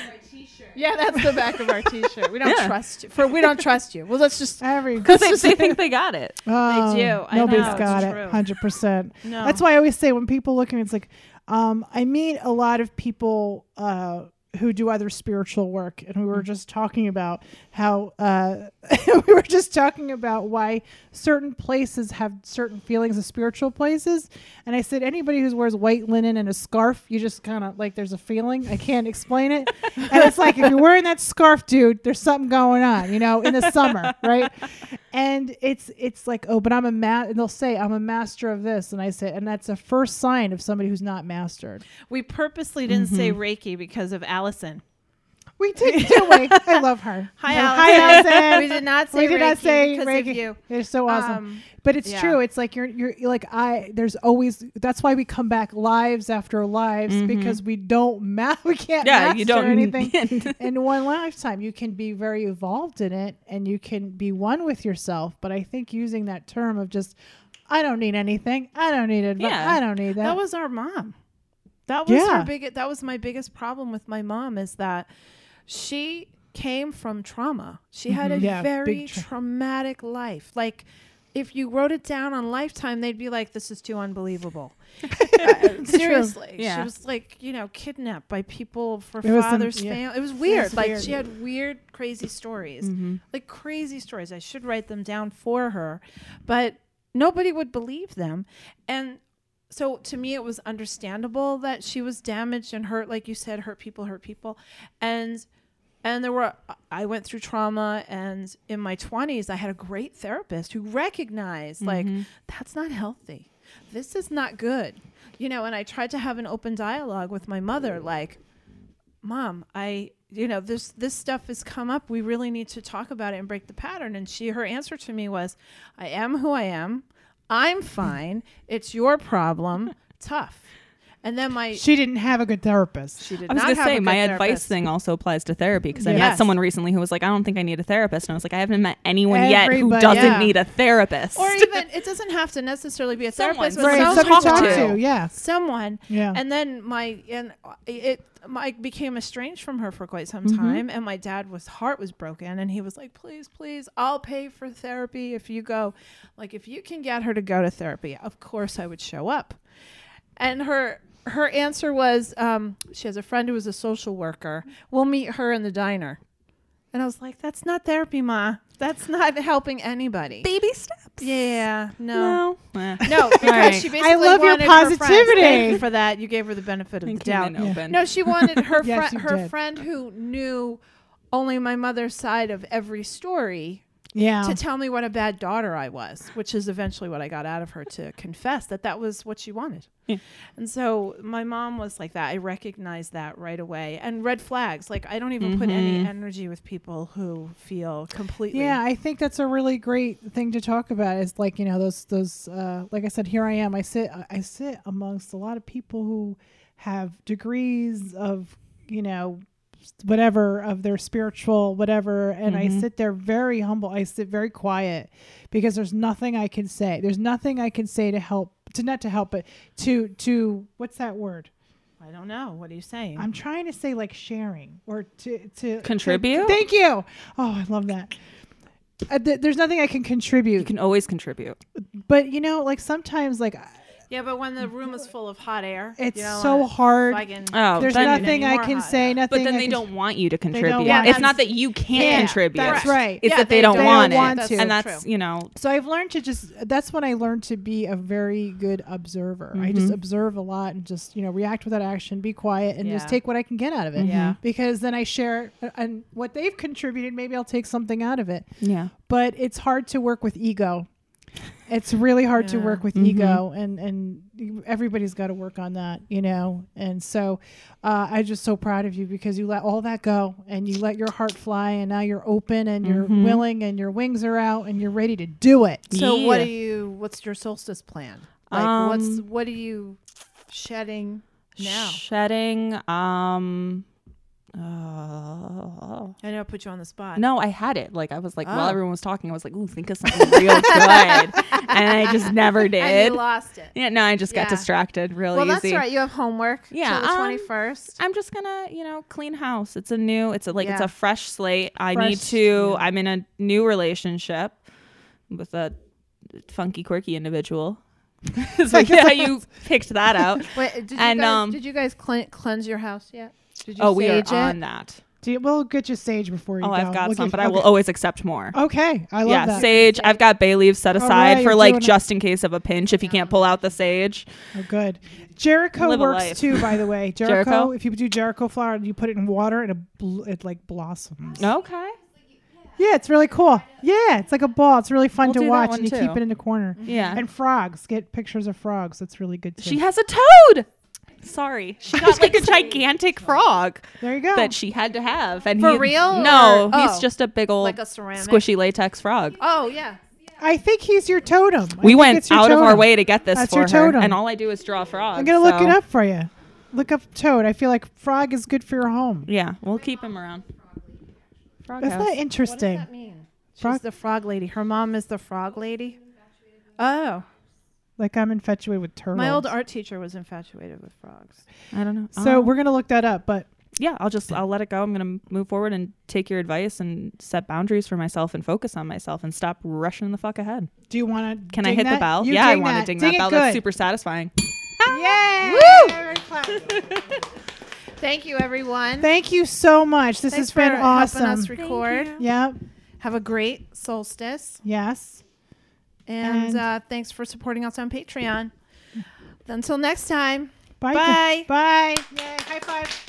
Speaker 1: Yeah, that's the back of our T-shirt. We don't
Speaker 2: Yeah.
Speaker 1: trust you. For we don't trust you. Well, let's just
Speaker 2: every
Speaker 7: Because they, they think they got it.
Speaker 2: Oh,
Speaker 1: do. I
Speaker 2: nobody's
Speaker 1: know. It's
Speaker 2: got
Speaker 1: true.
Speaker 2: it. Hundred percent.
Speaker 1: No.
Speaker 2: That's why I always say when people look at me, it's like, um, I meet a lot of people uh, who do other spiritual work, and we were just talking about how uh, we were just talking about why certain places have certain feelings of spiritual places, and I said anybody who wears white linen and a scarf, you just kind of like there's a feeling. I can't explain it, and it's like if you're wearing that scarf, dude, there's something going on, you know, in the summer, right? and it's it's like oh but i'm a ma and they'll say i'm a master of this and i say and that's a first sign of somebody who's not mastered
Speaker 1: We purposely didn't say
Speaker 2: Mm-hmm.
Speaker 1: Reiki because of Allison.
Speaker 2: we did do away. i love her
Speaker 1: Hi,
Speaker 2: Like,
Speaker 1: Allison.
Speaker 2: hi allison
Speaker 1: We did not say
Speaker 2: we did not
Speaker 1: Reiki
Speaker 2: say
Speaker 1: because of
Speaker 2: Reiki.
Speaker 1: you.
Speaker 2: they're so awesome
Speaker 1: Um,
Speaker 2: but it's
Speaker 1: yeah.
Speaker 2: true it's like you're you're you're like i there's always that's why we come back lives after lives
Speaker 7: Mhm.
Speaker 2: because we don't ma- we can't
Speaker 7: Yeah,
Speaker 2: master
Speaker 7: you don't-
Speaker 2: anything in one lifetime you can be very evolved in it and you can be one with yourself but i think using that term of just I don't need anything. I don't need advice.
Speaker 1: Yeah.
Speaker 2: I don't need that.
Speaker 1: That was our mom. That was
Speaker 2: Yeah.
Speaker 1: her big. That was my biggest problem with my mom is that she came from trauma. She had a
Speaker 2: Mhm. Yeah, big
Speaker 1: very
Speaker 2: tra-
Speaker 1: traumatic life. Like if you wrote it down on Lifetime, they'd be like, "This is too unbelievable." Uh, seriously, she
Speaker 2: Yeah.
Speaker 1: was like, you know, kidnapped by people for
Speaker 2: It was some-
Speaker 1: father's
Speaker 2: yeah.
Speaker 1: family. It was
Speaker 2: It
Speaker 1: weird.
Speaker 2: was
Speaker 1: like
Speaker 2: weird.
Speaker 1: she had weird, crazy stories,
Speaker 2: Mhm.
Speaker 1: like crazy stories. I should write them down for her, but nobody would believe them, and so to me it was understandable that she was damaged and hurt like you said hurt people hurt people and and there were i went through trauma and in my 20s i had a great therapist who recognized
Speaker 2: Mm-hmm.
Speaker 1: like that's not healthy this is not good you know and i tried to have an open dialogue with my mother like mom i you know this this stuff has come up we really need to talk about it and break the pattern and she her answer to me was i am who i am i'm fine it's your problem tough and then my
Speaker 2: she didn't have a good therapist.
Speaker 1: She did
Speaker 7: I was
Speaker 1: not
Speaker 7: gonna
Speaker 1: have a
Speaker 7: say
Speaker 1: good
Speaker 7: my advice
Speaker 1: therapist.
Speaker 7: thing also applies to therapy because I
Speaker 1: Yes.
Speaker 7: met someone recently who was like, I don't think I need a therapist, and I was like, I haven't met anyone yet who
Speaker 1: Everybody-
Speaker 7: doesn't
Speaker 1: Yeah.
Speaker 7: need a therapist.
Speaker 1: or even it doesn't have to necessarily be a
Speaker 7: Someone.
Speaker 1: therapist, but
Speaker 7: Right,
Speaker 1: someone to
Speaker 7: someone to
Speaker 1: talk
Speaker 7: talk
Speaker 1: to.
Speaker 7: to, yeah.
Speaker 1: someone.
Speaker 7: Yeah.
Speaker 1: And then my and uh, it I became estranged from her for quite some
Speaker 7: Mhm.
Speaker 1: time, and my dad was heart was broken, and he was like, "Please, please, I'll pay for therapy if you go, like if you can get her to go to therapy, of course I would show up." And her her answer was, um, "She has a friend who is a social worker. We'll meet her in the diner." And I was like, "That's not therapy, ma. That's not helping anybody."
Speaker 9: Baby steps.
Speaker 1: Yeah, no,
Speaker 7: no, Eh.
Speaker 1: no. Because
Speaker 7: Right.
Speaker 1: she
Speaker 7: I
Speaker 1: basically
Speaker 7: love your
Speaker 1: wanted her friends-
Speaker 7: positivity.
Speaker 1: thank you for that. You gave her the benefit of
Speaker 7: You
Speaker 1: the
Speaker 7: came
Speaker 1: doubt.
Speaker 7: in open.
Speaker 1: No, she wanted her
Speaker 7: Yes,
Speaker 1: friend,
Speaker 7: you
Speaker 1: her
Speaker 7: did.
Speaker 1: friend who knew only my mother's side of every story.
Speaker 2: Yeah.
Speaker 1: To tell me what a bad daughter I was, which is eventually what I got out of her to confess that that was what she wanted. And so my mom was like that. I recognized that right away. And red flags, like I don't even put any
Speaker 2: Mhm.
Speaker 1: energy with people who feel completely
Speaker 2: Yeah, I think that's a really great thing to talk about. Is like you know those those uh, like I said, here I am. I sit I- I sit amongst a lot of people who have degrees of you know whatever of their spiritual whatever, and I
Speaker 7: Mhm.
Speaker 2: sit there very humble. I sit very quiet because there's nothing I can say. There's nothing I can say to help to not to help, but to to what's that word?
Speaker 1: I don't know. What are you saying?
Speaker 2: I'm trying to say like sharing or to to
Speaker 7: Contribute?
Speaker 2: thank you. Oh, I love that. Uh, th- there's nothing I can contribute. You
Speaker 7: can always contribute.
Speaker 2: But you know, like sometimes, like
Speaker 1: Yeah, but when the room is full of hot air, you
Speaker 2: it's
Speaker 1: don't
Speaker 2: so
Speaker 1: wanna
Speaker 2: hard.
Speaker 1: fucking-
Speaker 7: Oh,
Speaker 2: there's
Speaker 7: then-
Speaker 2: nothing I
Speaker 1: More
Speaker 2: can
Speaker 1: hot
Speaker 2: say. Nothing.
Speaker 7: But then
Speaker 2: I
Speaker 7: they
Speaker 2: can-
Speaker 7: don't want you to
Speaker 2: don't
Speaker 7: contribute.
Speaker 2: want
Speaker 7: it's
Speaker 2: us-
Speaker 7: not that you can't
Speaker 2: Yeah,
Speaker 7: contribute.
Speaker 2: That's right.
Speaker 7: It's that they, don't, want, it. And that's, you know,
Speaker 2: So I've learned to just. That's when I learned to be a very good observer. I just
Speaker 7: Mhm.
Speaker 2: observe a lot and just you know react without action, be quiet, and just
Speaker 7: Yeah.
Speaker 2: take what I can get out of it.
Speaker 7: Yeah.
Speaker 2: Because then I share uh, and what they've contributed. Maybe I'll take something out of it.
Speaker 7: yeah.
Speaker 2: but it's hard to work with ego. It's really hard to
Speaker 7: Yeah.
Speaker 2: work with
Speaker 7: Mhm.
Speaker 2: ego, and and everybody's got to work on that, you know. And so, uh, I'm just so proud of you because you let all that go and you let your heart fly, and now you're open and you're
Speaker 7: Mm-hmm.
Speaker 1: Mhm.
Speaker 2: willing and your wings are out and you're ready to do it.
Speaker 1: So what do you? What's your solstice plan? Like what's
Speaker 7: Um,
Speaker 1: what are you shedding now?
Speaker 7: Shedding. Um. Uh,
Speaker 1: I know I put you on the spot.
Speaker 7: no, I had it. Like I was like, while
Speaker 1: Oh.
Speaker 7: everyone was talking, I was like, "Ooh, think of something real good," and I just never
Speaker 1: And you
Speaker 7: did.
Speaker 1: lost it.
Speaker 7: Yeah, no, I just
Speaker 1: Yeah.
Speaker 7: got distracted real
Speaker 1: well,
Speaker 7: easy.
Speaker 1: that's right. You have homework.
Speaker 7: Yeah,
Speaker 1: till the
Speaker 7: um,
Speaker 1: twenty first.
Speaker 7: I'm just gonna, you know, clean house. It's a new. It's a like it's
Speaker 1: Yeah.
Speaker 7: a fresh slate. I
Speaker 1: Fresh,
Speaker 7: need to. I'm in a new relationship with a funky, quirky individual. so yeah, you picked that out.
Speaker 1: Wait, did you
Speaker 7: and
Speaker 1: guys,
Speaker 7: um,
Speaker 1: did you guys cle- cleanse your house yet? Did you
Speaker 7: oh, we are
Speaker 1: sage it?
Speaker 7: on that.
Speaker 2: Do you, we'll get you sage before you
Speaker 7: Oh,
Speaker 2: go.
Speaker 7: I've got
Speaker 2: We'll
Speaker 7: some,
Speaker 2: get
Speaker 7: but
Speaker 2: you-
Speaker 7: I will
Speaker 2: okay.
Speaker 7: always accept more.
Speaker 2: Okay, I love
Speaker 7: yeah,
Speaker 2: that.
Speaker 7: sage. I've got bay leaves set
Speaker 2: All
Speaker 7: aside
Speaker 2: right,
Speaker 7: for
Speaker 2: you're
Speaker 7: like
Speaker 2: doing it.
Speaker 7: just in case of a pinch. If you can't pull out the sage,
Speaker 2: Oh, good. Jericho
Speaker 7: Live a
Speaker 2: works
Speaker 7: life.
Speaker 2: too, by the way. Jericho,
Speaker 7: Jericho?
Speaker 2: If you do Jericho flower and you put it in water, it bl- it like blossoms.
Speaker 7: Okay.
Speaker 2: Yeah, it's really cool. Yeah, it's like a ball. It's really fun
Speaker 7: We'll do
Speaker 2: to
Speaker 7: that
Speaker 2: watch,
Speaker 7: one
Speaker 2: and you
Speaker 7: too.
Speaker 2: keep it in the corner.
Speaker 7: Yeah.
Speaker 2: And frogs. Get pictures of frogs. That's really good. Too.
Speaker 7: she has a toad. Sorry, she got like a gigantic frog.
Speaker 2: There you go.
Speaker 7: That she had to have, and
Speaker 1: For
Speaker 7: he-
Speaker 1: real
Speaker 7: No,
Speaker 1: or-
Speaker 7: he's
Speaker 1: oh,
Speaker 7: just a big old
Speaker 1: like a ceramic?
Speaker 7: squishy latex frog.
Speaker 1: Oh yeah.
Speaker 2: I think he's your totem. I
Speaker 7: we
Speaker 2: think
Speaker 7: went
Speaker 2: it's your
Speaker 7: out of our
Speaker 2: totem.
Speaker 7: way to get this
Speaker 2: That's
Speaker 7: for
Speaker 2: your
Speaker 7: her,
Speaker 2: totem.
Speaker 7: and all I do is draw frogs.
Speaker 2: I'm gonna look it
Speaker 7: so-
Speaker 2: up for you. Look up toad. I feel like frog is good for your home.
Speaker 7: Yeah, we'll keep him around. Frog
Speaker 2: That's
Speaker 7: house.
Speaker 2: not interesting.
Speaker 1: She's the frog lady. Her mom is the frog lady. Oh,
Speaker 2: Like I'm infatuated with turtles.
Speaker 1: my old art teacher was infatuated with frogs.
Speaker 7: I don't know.
Speaker 2: So
Speaker 7: Oh.
Speaker 2: we're gonna look that up, but
Speaker 7: yeah, I'll just I'll let it go. I'm gonna move forward and take your advice and set boundaries for myself and focus on myself and stop rushing the fuck ahead.
Speaker 2: do you want to?
Speaker 7: Can I hit the bell? yeah, I want to ding, that bell. That's super satisfying.
Speaker 2: Yay!
Speaker 1: Thank you, everyone.
Speaker 2: Thank you so much. This
Speaker 1: Thanks
Speaker 2: has been
Speaker 1: for
Speaker 2: awesome.
Speaker 1: helping us record.
Speaker 2: Yeah.
Speaker 1: Have a great solstice.
Speaker 2: Yes.
Speaker 1: And,
Speaker 2: And-
Speaker 1: uh, thanks for supporting us on Patreon. Until next time.
Speaker 2: Bye.
Speaker 1: Bye.
Speaker 2: Bye. Yay. High five.